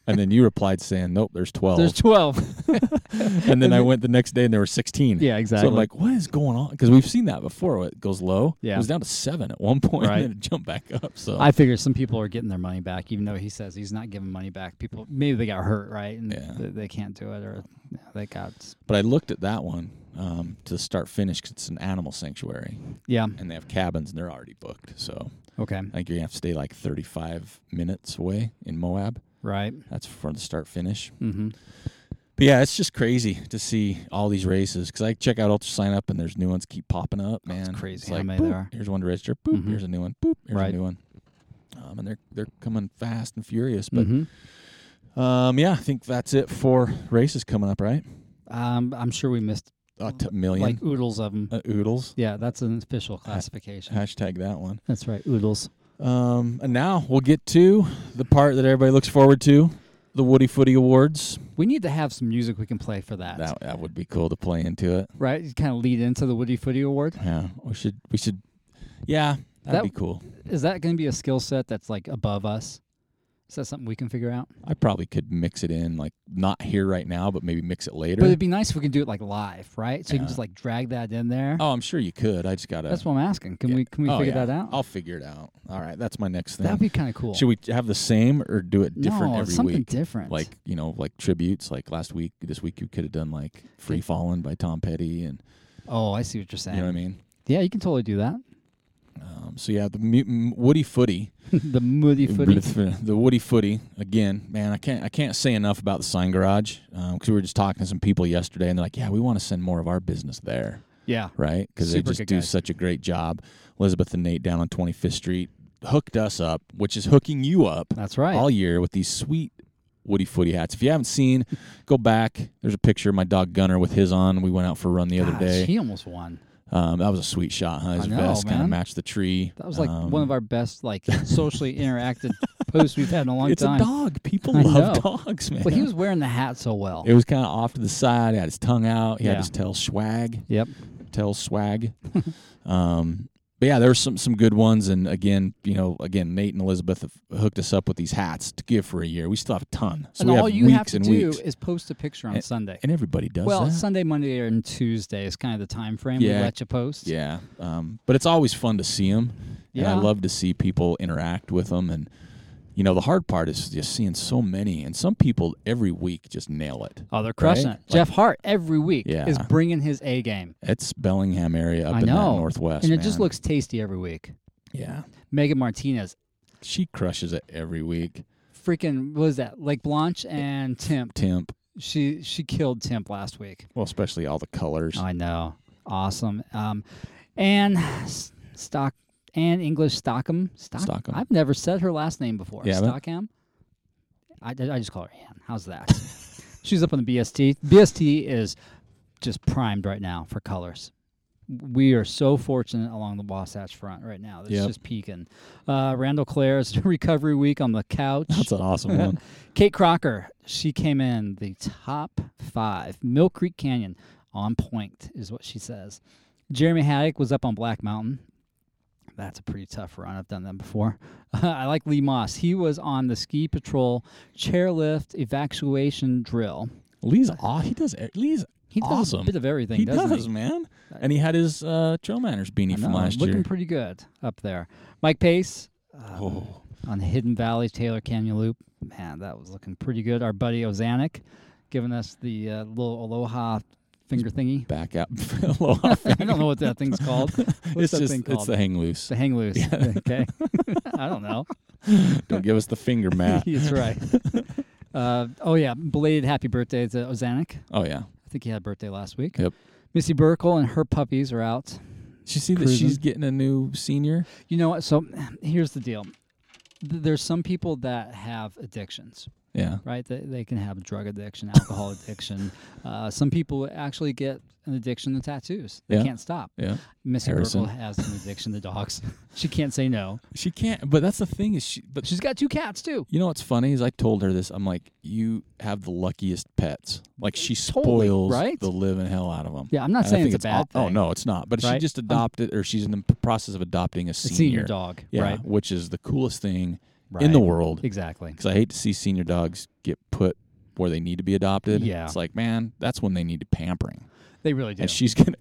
Speaker 1: And then you replied saying, "Nope, there's 12."
Speaker 2: There's 12.
Speaker 1: [LAUGHS] and then I went the next day, and there were 16.
Speaker 2: [LAUGHS] yeah, exactly.
Speaker 1: So I'm like, what is going on? Because we've seen that before. It goes low.
Speaker 2: Yeah.
Speaker 1: It was down to seven at one point,
Speaker 2: Right.
Speaker 1: and then it jumped back up. So
Speaker 2: I figure some people are getting their money back, even though he says he's not giving money back. People maybe they got hurt, right? And
Speaker 1: Yeah.
Speaker 2: they, they can't do it, or yeah, they got
Speaker 1: But I looked at that one um, to start finish 'cause it's an animal sanctuary
Speaker 2: yeah.
Speaker 1: and they have cabins and they're already booked. So
Speaker 2: Okay,
Speaker 1: I think you're going to have to stay like 35 minutes away in Moab.
Speaker 2: right.
Speaker 1: That's for the start finish.
Speaker 2: Mm-hmm.
Speaker 1: But yeah, it's just crazy to see all these races because I check out Ultra Sign Up and there's new ones keep popping up, man.
Speaker 2: Oh, crazy
Speaker 1: It's
Speaker 2: how
Speaker 1: like,
Speaker 2: many there
Speaker 1: boop,
Speaker 2: are.
Speaker 1: Here's one to register. Boop,
Speaker 2: Mhm.
Speaker 1: here's a new one. Boop, here's
Speaker 2: Right.
Speaker 1: a new one. Um, and they're they're coming fast and furious. But
Speaker 2: hmm
Speaker 1: um, yeah, I think that's it for races coming up, right?
Speaker 2: Um, I'm sure we missed
Speaker 1: A t- million
Speaker 2: like oodles of them.
Speaker 1: uh, oodles.
Speaker 2: yeah, that's an official classification.
Speaker 1: Hashtag that one.
Speaker 2: that's right, oodles.
Speaker 1: Um, and now we'll get to the part that everybody looks forward to, the Woody Footy Awards.
Speaker 2: We need to have some music we can play for that,
Speaker 1: That that would be cool to play into it.
Speaker 2: right? You kind of lead into the Woody Footy Award.
Speaker 1: Yeah, we should we should. Yeah, that'd
Speaker 2: That-
Speaker 1: be cool.
Speaker 2: Is that going to be a skill set that's like above us? Is that something we can figure out?
Speaker 1: I probably could mix it in, like not here right now, but maybe mix it
Speaker 2: But
Speaker 1: later.
Speaker 2: it'd be nice if we could do it like live, right? So you can
Speaker 1: Yeah.
Speaker 2: just like drag that in there.
Speaker 1: Oh, I'm sure you could. I just gotta.
Speaker 2: That's what I'm asking. Can
Speaker 1: yeah.
Speaker 2: we can we
Speaker 1: Oh,
Speaker 2: figure
Speaker 1: yeah.
Speaker 2: that out?
Speaker 1: I'll figure it out. All right, that's my next thing.
Speaker 2: That'd be kind of cool.
Speaker 1: Should we have the same or do it different
Speaker 2: no,
Speaker 1: every
Speaker 2: something
Speaker 1: week?
Speaker 2: different.
Speaker 1: Like you know, like tributes. Like last week, this week you could have done like "Free Falling" by Tom Petty, and
Speaker 2: oh, I see what you're saying.
Speaker 1: you know what I mean.
Speaker 2: Yeah, you can totally do that. [LAUGHS]
Speaker 1: Um, so yeah, the mu- m- Woody Footy,
Speaker 2: the moody footy.
Speaker 1: the Woody Footy again, man. I can't I can't say enough about the Sign Garage because we were just talking to some people yesterday, and they're like, yeah, we want to send more of our business there,
Speaker 2: Yeah,
Speaker 1: right? Because they
Speaker 2: Super
Speaker 1: just
Speaker 2: good
Speaker 1: do
Speaker 2: guys.
Speaker 1: such a great job. Elizabeth and Nate down on 25th Street hooked us up, which is hooking you up
Speaker 2: that's right.
Speaker 1: all year with these sweet Woody Footy hats. If you haven't seen, go back. There's a picture of my dog Gunner with his on. We went out for a run the other
Speaker 2: Gosh,
Speaker 1: day.
Speaker 2: he almost won.
Speaker 1: Um, that was a sweet shot. Huh? His
Speaker 2: I know,
Speaker 1: vest kind of
Speaker 2: man.
Speaker 1: matched the tree.
Speaker 2: That was like
Speaker 1: Um,
Speaker 2: one of our best like socially interacted posts we've had in a long
Speaker 1: it's
Speaker 2: time.
Speaker 1: a dog. People
Speaker 2: [LAUGHS] I
Speaker 1: love
Speaker 2: know.
Speaker 1: dogs, man.
Speaker 2: But he was wearing the hat so well.
Speaker 1: it was kind of off to the side. He had his tongue out. He
Speaker 2: Yeah.
Speaker 1: had his tail swag.
Speaker 2: Yep.
Speaker 1: Tail swag. [LAUGHS] um, but yeah, there were some some good ones. And again, you know, again, Nate and Elizabeth have hooked us up with these hats to give for a year. We still have a ton. So
Speaker 2: and
Speaker 1: we
Speaker 2: all
Speaker 1: have
Speaker 2: you
Speaker 1: weeks
Speaker 2: have to
Speaker 1: and
Speaker 2: do
Speaker 1: weeks.
Speaker 2: is post a picture on
Speaker 1: And-
Speaker 2: Sunday.
Speaker 1: and everybody does
Speaker 2: well,
Speaker 1: that.
Speaker 2: Sunday, Monday, and Tuesday is kind of the time frame
Speaker 1: Yeah.
Speaker 2: we let you post.
Speaker 1: Yeah, um, but it's always fun to see them, and
Speaker 2: Yeah.
Speaker 1: I love to see people interact with them. And you know, the hard part is just seeing so many, and some people every week just nail it.
Speaker 2: Oh, they're crushing
Speaker 1: Right?
Speaker 2: it. Jeff Hart every week is
Speaker 1: Yeah.
Speaker 2: bringing his A game.
Speaker 1: It's Bellingham area up
Speaker 2: I
Speaker 1: in that
Speaker 2: know.
Speaker 1: northwest,
Speaker 2: and it just
Speaker 1: man.
Speaker 2: looks tasty every week.
Speaker 1: yeah.
Speaker 2: Megan Martinez,
Speaker 1: She crushes it every week.
Speaker 2: freaking what is that? Lake Blanche and Timp.
Speaker 1: Temp,
Speaker 2: She she killed Timp last week.
Speaker 1: well, especially all the colors.
Speaker 2: I know. Awesome. Um and S- Stock and English Stockham. Stock,
Speaker 1: Stockham.
Speaker 2: I've never said her last name before.
Speaker 1: You haven't?
Speaker 2: Stockham. I, I just call her Ann. How's that? [LAUGHS] She's up on the BST. BST is just primed right now for colors. We are so fortunate along the Wasatch Front right now. It's
Speaker 1: Yep.
Speaker 2: just peaking. Uh, Randall Claire's [LAUGHS] recovery week on the couch.
Speaker 1: [LAUGHS] That's an awesome one.
Speaker 2: [LAUGHS] Kate Crocker, she came in the top five. Mill Creek Canyon, on point, is what she says. Jeremy Haddock was up on Black Mountain. That's a pretty tough run. I've done that before. [LAUGHS] I like Lee Moss. He was on the ski patrol chairlift evacuation drill. [LAUGHS]
Speaker 1: Lee's aw- he does e- Lee's
Speaker 2: He does a
Speaker 1: Awesome.
Speaker 2: bit of everything,
Speaker 1: he
Speaker 2: doesn't
Speaker 1: does man, and he had his uh, trail manners
Speaker 2: he? I
Speaker 1: beanie from
Speaker 2: know,
Speaker 1: last
Speaker 2: looking
Speaker 1: year.
Speaker 2: pretty good up there. Mike Pace uh,
Speaker 1: [LAUGHS] Oh,
Speaker 2: on the Hidden Valley Taylor Canyon Loop. Man, that was looking pretty good. Our buddy Ozanik giving us the uh, little aloha
Speaker 1: [LAUGHS]
Speaker 2: finger thingy.
Speaker 1: back out.
Speaker 2: [LAUGHS]
Speaker 1: Aloha.
Speaker 2: I don't know what that
Speaker 1: [LAUGHS]
Speaker 2: thing's called.
Speaker 1: it's
Speaker 2: What's that
Speaker 1: just
Speaker 2: thing
Speaker 1: it's
Speaker 2: called?
Speaker 1: the hang loose.
Speaker 2: the hang loose. [LAUGHS]
Speaker 1: [LAUGHS]
Speaker 2: Okay. I don't know.
Speaker 1: Don't give us the finger,
Speaker 2: [LAUGHS]
Speaker 1: Matt. [LAUGHS]
Speaker 2: That's right. Uh, oh, yeah. Belated happy birthday to Ozanik.
Speaker 1: Oh yeah.
Speaker 2: I think he had a birthday last week.
Speaker 1: Yep.
Speaker 2: Missy Burkle and her puppies are out.
Speaker 1: Did you see that
Speaker 2: Cruising.
Speaker 1: she's getting a new senior?
Speaker 2: You know what? So here's the deal. Th- There's some people that have addictions,
Speaker 1: Yeah.
Speaker 2: right? They, they can have drug addiction,
Speaker 1: [LAUGHS]
Speaker 2: alcohol addiction. Uh, some people actually get an addiction to tattoos. They
Speaker 1: Yeah.
Speaker 2: can't stop.
Speaker 1: Yeah.
Speaker 2: Missy
Speaker 1: Harrison.
Speaker 2: Burkle has an addiction
Speaker 1: [LAUGHS]
Speaker 2: to dogs. she can't say no.
Speaker 1: She can't. But that's the thing is she. But
Speaker 2: She's got two cats too.
Speaker 1: you know what's funny is I told her this. I'm like, you have the luckiest pets. Like she
Speaker 2: [LAUGHS] Totally,
Speaker 1: spoils
Speaker 2: right?
Speaker 1: the living hell out of them.
Speaker 2: Yeah, I'm not saying it's a bad
Speaker 1: Oh
Speaker 2: thing.
Speaker 1: no, it's not. But she
Speaker 2: Right?
Speaker 1: just
Speaker 2: Um,
Speaker 1: adopted, or she's in the p- process of adopting a
Speaker 2: The
Speaker 1: senior,
Speaker 2: senior, dog,
Speaker 1: Yeah,
Speaker 2: right?
Speaker 1: which is the coolest thing
Speaker 2: right?
Speaker 1: in the world.
Speaker 2: Exactly.
Speaker 1: Because I hate to see senior dogs get put where they need to be adopted.
Speaker 2: Yeah.
Speaker 1: it's like man, that's when they need pampering,
Speaker 2: They really do.
Speaker 1: and she's [LAUGHS] gonna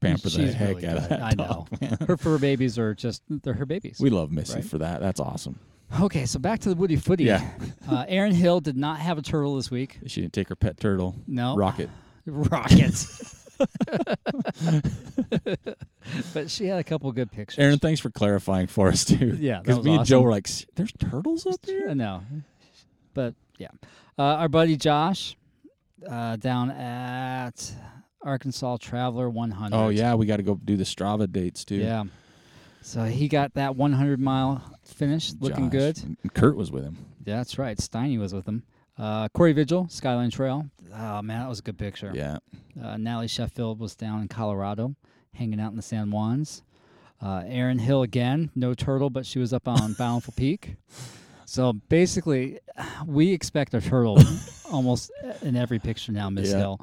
Speaker 1: pamper the
Speaker 2: She's
Speaker 1: heck
Speaker 2: really
Speaker 1: out of
Speaker 2: good.
Speaker 1: that
Speaker 2: I
Speaker 1: dog, man.
Speaker 2: her fur babies are just, they're her babies.
Speaker 1: We love Missy
Speaker 2: Right?
Speaker 1: for that. That's awesome.
Speaker 2: okay, so back to the Woody Footy.
Speaker 1: Yeah.
Speaker 2: Uh, Aaron Hill did not have a turtle this week.
Speaker 1: She didn't take her pet turtle.
Speaker 2: No.
Speaker 1: Rocket.
Speaker 2: Rocket.
Speaker 1: [LAUGHS]
Speaker 2: but she had a couple good pictures.
Speaker 1: Aaron, thanks for clarifying for us too.
Speaker 2: Yeah, that
Speaker 1: because
Speaker 2: was
Speaker 1: me and Joe
Speaker 2: awesome.
Speaker 1: were like, "S- "There's turtles up
Speaker 2: I
Speaker 1: there."
Speaker 2: know. But yeah. Uh, our buddy Josh uh, down at Arkansas Traveler 100.
Speaker 1: Oh yeah, we got to go do the Strava dates too.
Speaker 2: Yeah. So he got that 100 mile finish looking
Speaker 1: Josh.
Speaker 2: good.
Speaker 1: And Kurt was with him.
Speaker 2: Yeah, that's right. Steiny was with him. Uh, Corey Vigil, Skyline Trail. Oh, man, that was a good picture.
Speaker 1: Yeah,
Speaker 2: Uh, Natalie Sheffield was down in Colorado, hanging out in the San Juans. Uh, Erin Hill again, no turtle, but she was up on
Speaker 1: [LAUGHS]
Speaker 2: Bountiful Peak. So basically, [SIGHS] we expect
Speaker 1: [LAUGHS]
Speaker 2: a turtle almost in every picture now, Miss
Speaker 1: Yeah.
Speaker 2: Hill.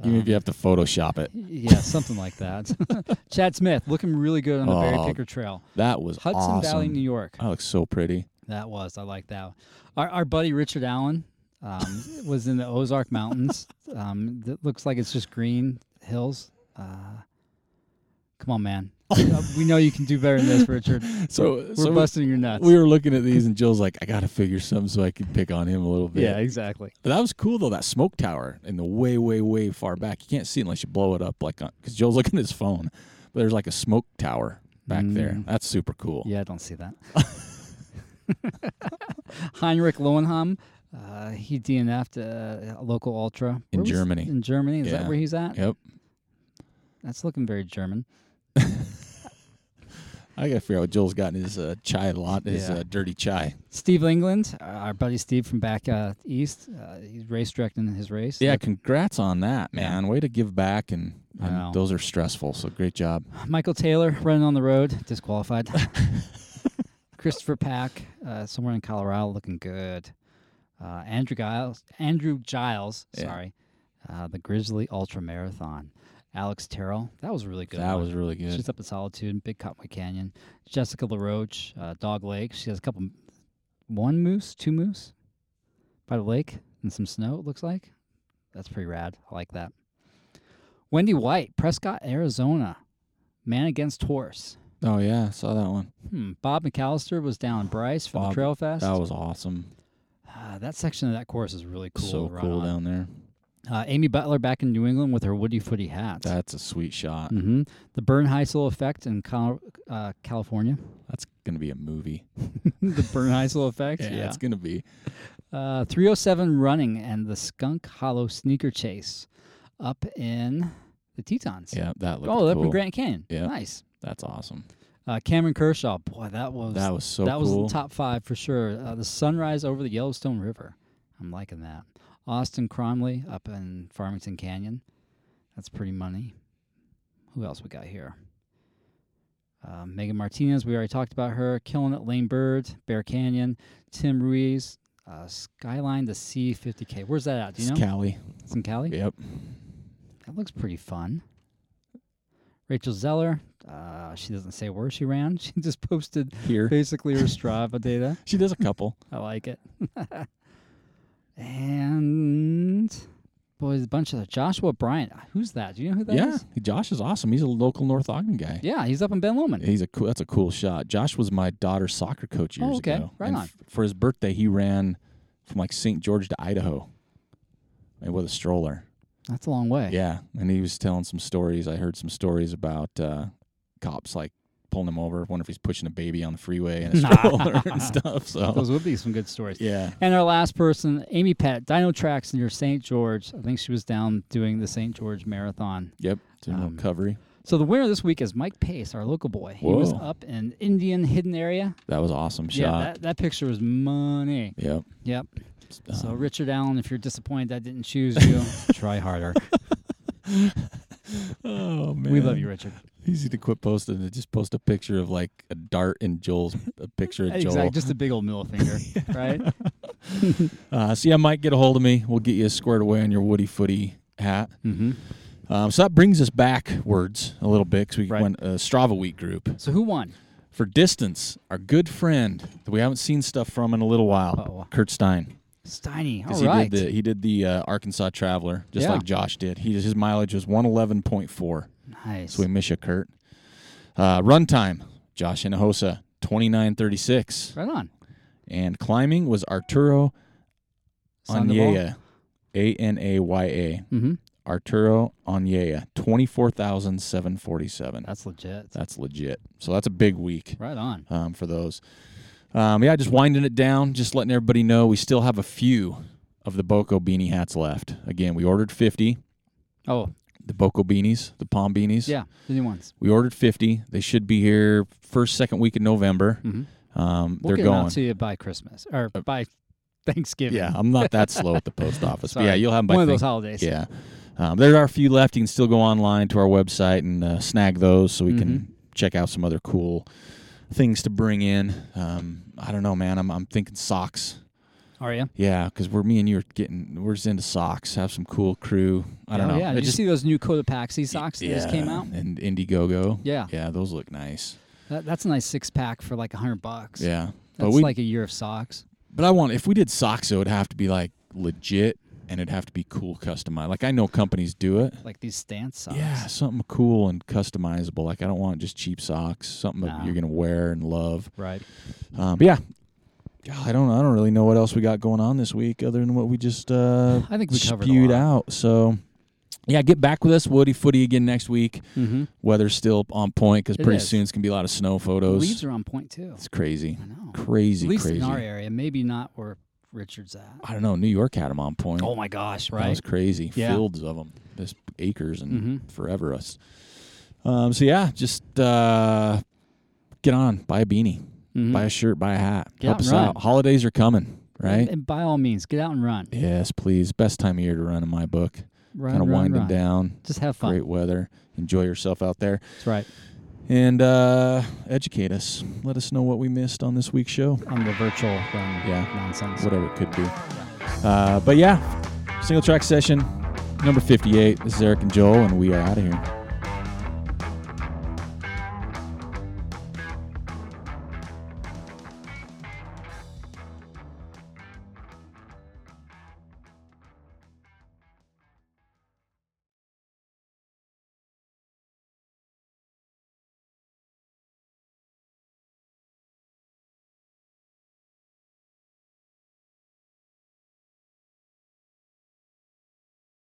Speaker 1: even if you have to Photoshop it,
Speaker 2: Yeah, something like that. [LAUGHS] Chad Smith looking really good on the Berry
Speaker 1: Oh,
Speaker 2: Picker Trail,
Speaker 1: that was
Speaker 2: Hudson
Speaker 1: awesome.
Speaker 2: Valley, New York.
Speaker 1: That looks so pretty.
Speaker 2: That was I like that. Our our buddy Richard Allen um, [LAUGHS] was in the Ozark Mountains. Um, that looks like it's just green hills. Uh, come
Speaker 1: [LAUGHS]
Speaker 2: on, man. Uh, we know you can do better than this, Richard.
Speaker 1: So,
Speaker 2: We're
Speaker 1: so
Speaker 2: busting your nuts.
Speaker 1: we were looking at these, and Jill's like, "I got to figure something so I can pick on him a little bit."
Speaker 2: yeah, exactly.
Speaker 1: But that was cool though. That smoke tower in the way, way, way far back. You can't see it unless you blow it up, like because Joe's looking at his phone. But there's like a smoke tower back there.
Speaker 2: Mm.
Speaker 1: That's super cool.
Speaker 2: Yeah, I don't
Speaker 1: [LAUGHS]
Speaker 2: see that. [LAUGHS] Heinrich Lowenham, uh, he DNF'd uh, a local ultra
Speaker 1: In
Speaker 2: Where was-
Speaker 1: Germany.
Speaker 2: In Germany, is
Speaker 1: Yeah.
Speaker 2: that where he's at?
Speaker 1: Yep.
Speaker 2: That's looking very German.
Speaker 1: I gotta figure out what Joel's got in his uh, chai lot, his
Speaker 2: Yeah.
Speaker 1: uh, dirty chai.
Speaker 2: Steve England, uh, our buddy Steve from back uh, east, uh, he's race directing his race.
Speaker 1: Yeah, congrats on that,
Speaker 2: Yeah.
Speaker 1: man. Way to give back, and, and
Speaker 2: Wow.
Speaker 1: those are stressful. So great job.
Speaker 2: Michael Taylor running on the
Speaker 1: [LAUGHS]
Speaker 2: road, disqualified. Christopher Pack, uh, somewhere in Colorado, looking good. Uh, Andrew Giles, Andrew Giles,
Speaker 1: Yeah.
Speaker 2: sorry, uh, the Grizzly Ultra Marathon. Alex Terrell, that was a really good.
Speaker 1: that
Speaker 2: one.
Speaker 1: was really good.
Speaker 2: She's up at Solitude, Big Cottonwood Canyon. Jessica LaRoche, uh, Dog Lake. She has a couple, one moose, two moose by the lake and some snow, it looks like. That's pretty rad. I like that. Wendy White, Prescott, Arizona. Man against horse.
Speaker 1: oh yeah, I saw that one.
Speaker 2: Hmm. Bob McAllister was down in Bryce for
Speaker 1: Bob,
Speaker 2: the Trail Fest.
Speaker 1: That was awesome.
Speaker 2: Ah, that section of that course is really cool.
Speaker 1: so
Speaker 2: to run
Speaker 1: cool
Speaker 2: on.
Speaker 1: down there.
Speaker 2: Uh, Amy Butler back in New England with her Woody Footy hat.
Speaker 1: That's a sweet shot.
Speaker 2: hmm The Bernheisel effect in Col- uh, California.
Speaker 1: That's gonna be a movie.
Speaker 2: the Bernheisel effect.
Speaker 1: it's gonna be.
Speaker 2: Uh, 307 running and the Skunk Hollow sneaker chase up in the Tetons.
Speaker 1: Yeah, that looks.
Speaker 2: Oh, up
Speaker 1: cool.
Speaker 2: in Grand Canyon.
Speaker 1: Yeah.
Speaker 2: Nice.
Speaker 1: That's awesome.
Speaker 2: Uh, Cameron Kershaw. Boy, that was
Speaker 1: That was so
Speaker 2: that was
Speaker 1: cool.
Speaker 2: the top five for sure. Uh, the sunrise over the Yellowstone River. I'm liking that. Austin Cromley up in Farmington Canyon. That's pretty money. Who else we got here? Uh, Megan Martinez, we already talked about her. Killing it, Lane Bird, Bear Canyon, Tim Ruiz, uh, Skyline to Sea 50K. Where's that at? Do you
Speaker 1: It's
Speaker 2: know?
Speaker 1: Cali.
Speaker 2: it's in Cali?
Speaker 1: Yep.
Speaker 2: That looks pretty fun. Rachel Zeller, uh, she doesn't say where she ran. [LAUGHS] She just posted
Speaker 1: Here
Speaker 2: basically her Strava data.
Speaker 1: she does a [LAUGHS] couple.
Speaker 2: I like it. [LAUGHS] and boy, there's a bunch of Joshua Bryant. Who's that? Do you know who that is?
Speaker 1: yeah, Josh is awesome. He's a local North Ogden guy.
Speaker 2: Yeah, he's up in Ben Lomond.
Speaker 1: He's a cool. That's a cool shot. Josh was my daughter's soccer coach
Speaker 2: Oh,
Speaker 1: years
Speaker 2: okay.
Speaker 1: ago.
Speaker 2: Right
Speaker 1: and
Speaker 2: on.
Speaker 1: f- for his birthday, he ran from like St. George to Idaho, and with a stroller.
Speaker 2: That's a long way.
Speaker 1: Yeah, and he was telling some stories. I heard some stories about uh, cops like pulling him over. Wonder if he's pushing a baby on the freeway
Speaker 2: [LAUGHS]
Speaker 1: and a stroller [LAUGHS] and stuff. So
Speaker 2: Those would be some good stories.
Speaker 1: yeah,
Speaker 2: And our last person, Amy Pett, Dino Tracks near St. George. I think she was down doing the St. George Marathon.
Speaker 1: yep, doing
Speaker 2: Um,
Speaker 1: recovery.
Speaker 2: So the winner this week is Mike Pace, our local boy. He was
Speaker 1: Whoa.
Speaker 2: up in Indian Hidden Area.
Speaker 1: That was awesome
Speaker 2: Yeah,
Speaker 1: shot.
Speaker 2: that, that picture was money.
Speaker 1: yep,
Speaker 2: Yep. So
Speaker 1: Um,
Speaker 2: Richard Allen, if you're disappointed I didn't choose you, try
Speaker 1: [LAUGHS]
Speaker 2: harder.
Speaker 1: [LAUGHS] oh man,
Speaker 2: [LAUGHS] We love you, Richard.
Speaker 1: Easy to quit posting. and Just post a picture of like a dart in Joel's a picture of Joel.
Speaker 2: Exactly, just a big old
Speaker 1: [LAUGHS]
Speaker 2: middle finger, right?
Speaker 1: Uh, so yeah, Mike, get a hold of me. We'll get you squared away on your Woody Footy hat.
Speaker 2: Mm-hmm.
Speaker 1: Um, so that brings us backwards a little bit because we
Speaker 2: Right.
Speaker 1: went uh, Strava Week group
Speaker 2: So who won?
Speaker 1: for distance. Our good friend that we haven't seen stuff from in a little while,
Speaker 2: Uh-oh.
Speaker 1: Kurt Stein,
Speaker 2: Steiny.
Speaker 1: because
Speaker 2: All
Speaker 1: he
Speaker 2: right.
Speaker 1: did the he did the uh, Arkansas Traveler just
Speaker 2: Yeah.
Speaker 1: like Josh did. He his mileage was one eleven point four.
Speaker 2: nice.
Speaker 1: So we miss you, Kurt. Uh, run time, Josh Hinojosa, twenty nine thirty six,
Speaker 2: Right on.
Speaker 1: and climbing was Arturo
Speaker 2: Sandoval.
Speaker 1: Anyaya, A N A Y A.
Speaker 2: Mm-hmm.
Speaker 1: Arturo Onyea, 24,747.
Speaker 2: That's legit.
Speaker 1: That's legit. So that's a big week
Speaker 2: Right on.
Speaker 1: um, for those. Um, yeah, just winding it down, just letting everybody know we still have a few of the Boco beanie hats left. Again, we ordered 50,
Speaker 2: Oh,
Speaker 1: the Boco beanies, the palm beanies.
Speaker 2: yeah. The new ones.
Speaker 1: We ordered 50. They should be here first, second week in November.
Speaker 2: Mm-hmm.
Speaker 1: Um,
Speaker 2: We'll
Speaker 1: they're
Speaker 2: get them
Speaker 1: going.
Speaker 2: out to you by Christmas or
Speaker 1: Uh,
Speaker 2: by Thanksgiving.
Speaker 1: Yeah, I'm not that slow at the post office. But yeah,
Speaker 2: [LAUGHS] Sorry.
Speaker 1: you'll have them by
Speaker 2: One of
Speaker 1: Thanksgiving.
Speaker 2: those holidays.
Speaker 1: Yeah. Um, there are a few left. You can still go online to our website and uh, snag those so we
Speaker 2: Mhm.
Speaker 1: can check out some other cool things to bring in. Um, I don't know, man. I'm, I'm thinking socks.
Speaker 2: Are you?
Speaker 1: Yeah, because we're me and you are getting we're just into socks. Have some cool crew. I don't
Speaker 2: oh,
Speaker 1: know.
Speaker 2: Yeah.
Speaker 1: It
Speaker 2: Did
Speaker 1: just-
Speaker 2: you see those new Cotopaxi socks that just came
Speaker 1: yeah,
Speaker 2: out?
Speaker 1: and Indiegogo.
Speaker 2: Yeah.
Speaker 1: yeah, those look nice.
Speaker 2: That, that's a nice six pack for like a hundred bucks.
Speaker 1: Yeah, but
Speaker 2: That's
Speaker 1: we
Speaker 2: like a year of socks.
Speaker 1: but I want if we did socks, it would have to be like legit and it'd have to be cool customized. Like I know companies do it.
Speaker 2: Like these stance socks.
Speaker 1: Yeah, something cool and customizable. Like I don't want just cheap socks. Something
Speaker 2: Nah.
Speaker 1: that you're gonna wear and love.
Speaker 2: Right.
Speaker 1: Um, but yeah, Yeah, I don't. I don't really know what else we got going on this week other than what we just uh,
Speaker 2: I think we covered a
Speaker 1: spewed
Speaker 2: lot.
Speaker 1: out. So yeah, get back with us, Woody Footy, again next week.
Speaker 2: Mm-hmm.
Speaker 1: Weather's still on point because
Speaker 2: It
Speaker 1: pretty
Speaker 2: is.
Speaker 1: soon it's gonna be a lot of snow
Speaker 2: Leaves
Speaker 1: photos.
Speaker 2: are on point too.
Speaker 1: It's crazy,
Speaker 2: I know.
Speaker 1: crazy,
Speaker 2: at least
Speaker 1: crazy.
Speaker 2: in our area, maybe not where Richard's at.
Speaker 1: I don't know. New York had them on point.
Speaker 2: Oh my gosh!
Speaker 1: That
Speaker 2: Right.
Speaker 1: was crazy.
Speaker 2: Yeah.
Speaker 1: Fields of them, just acres and
Speaker 2: Mhm.
Speaker 1: forever us. Um, so yeah, just uh, get on, buy a beanie,
Speaker 2: Mhm.
Speaker 1: buy a shirt, buy a hat.
Speaker 2: Get
Speaker 1: Help
Speaker 2: out and
Speaker 1: us
Speaker 2: run.
Speaker 1: out. Holidays are coming, right?
Speaker 2: And, and by all means, get out and run.
Speaker 1: Yes, please. Best time of year to run in my book.
Speaker 2: Run,
Speaker 1: Kind of
Speaker 2: run,
Speaker 1: wind 'em
Speaker 2: run.
Speaker 1: down.
Speaker 2: Just have fun.
Speaker 1: Great weather. Enjoy yourself out there
Speaker 2: That's right.
Speaker 1: and uh, educate us. Let us know what we missed on this week's show,
Speaker 2: On the virtual run
Speaker 1: Yeah.
Speaker 2: nonsense.
Speaker 1: whatever it could be. Uh, but yeah, single track session number 58. This is Eric and Joel, and we are out of here.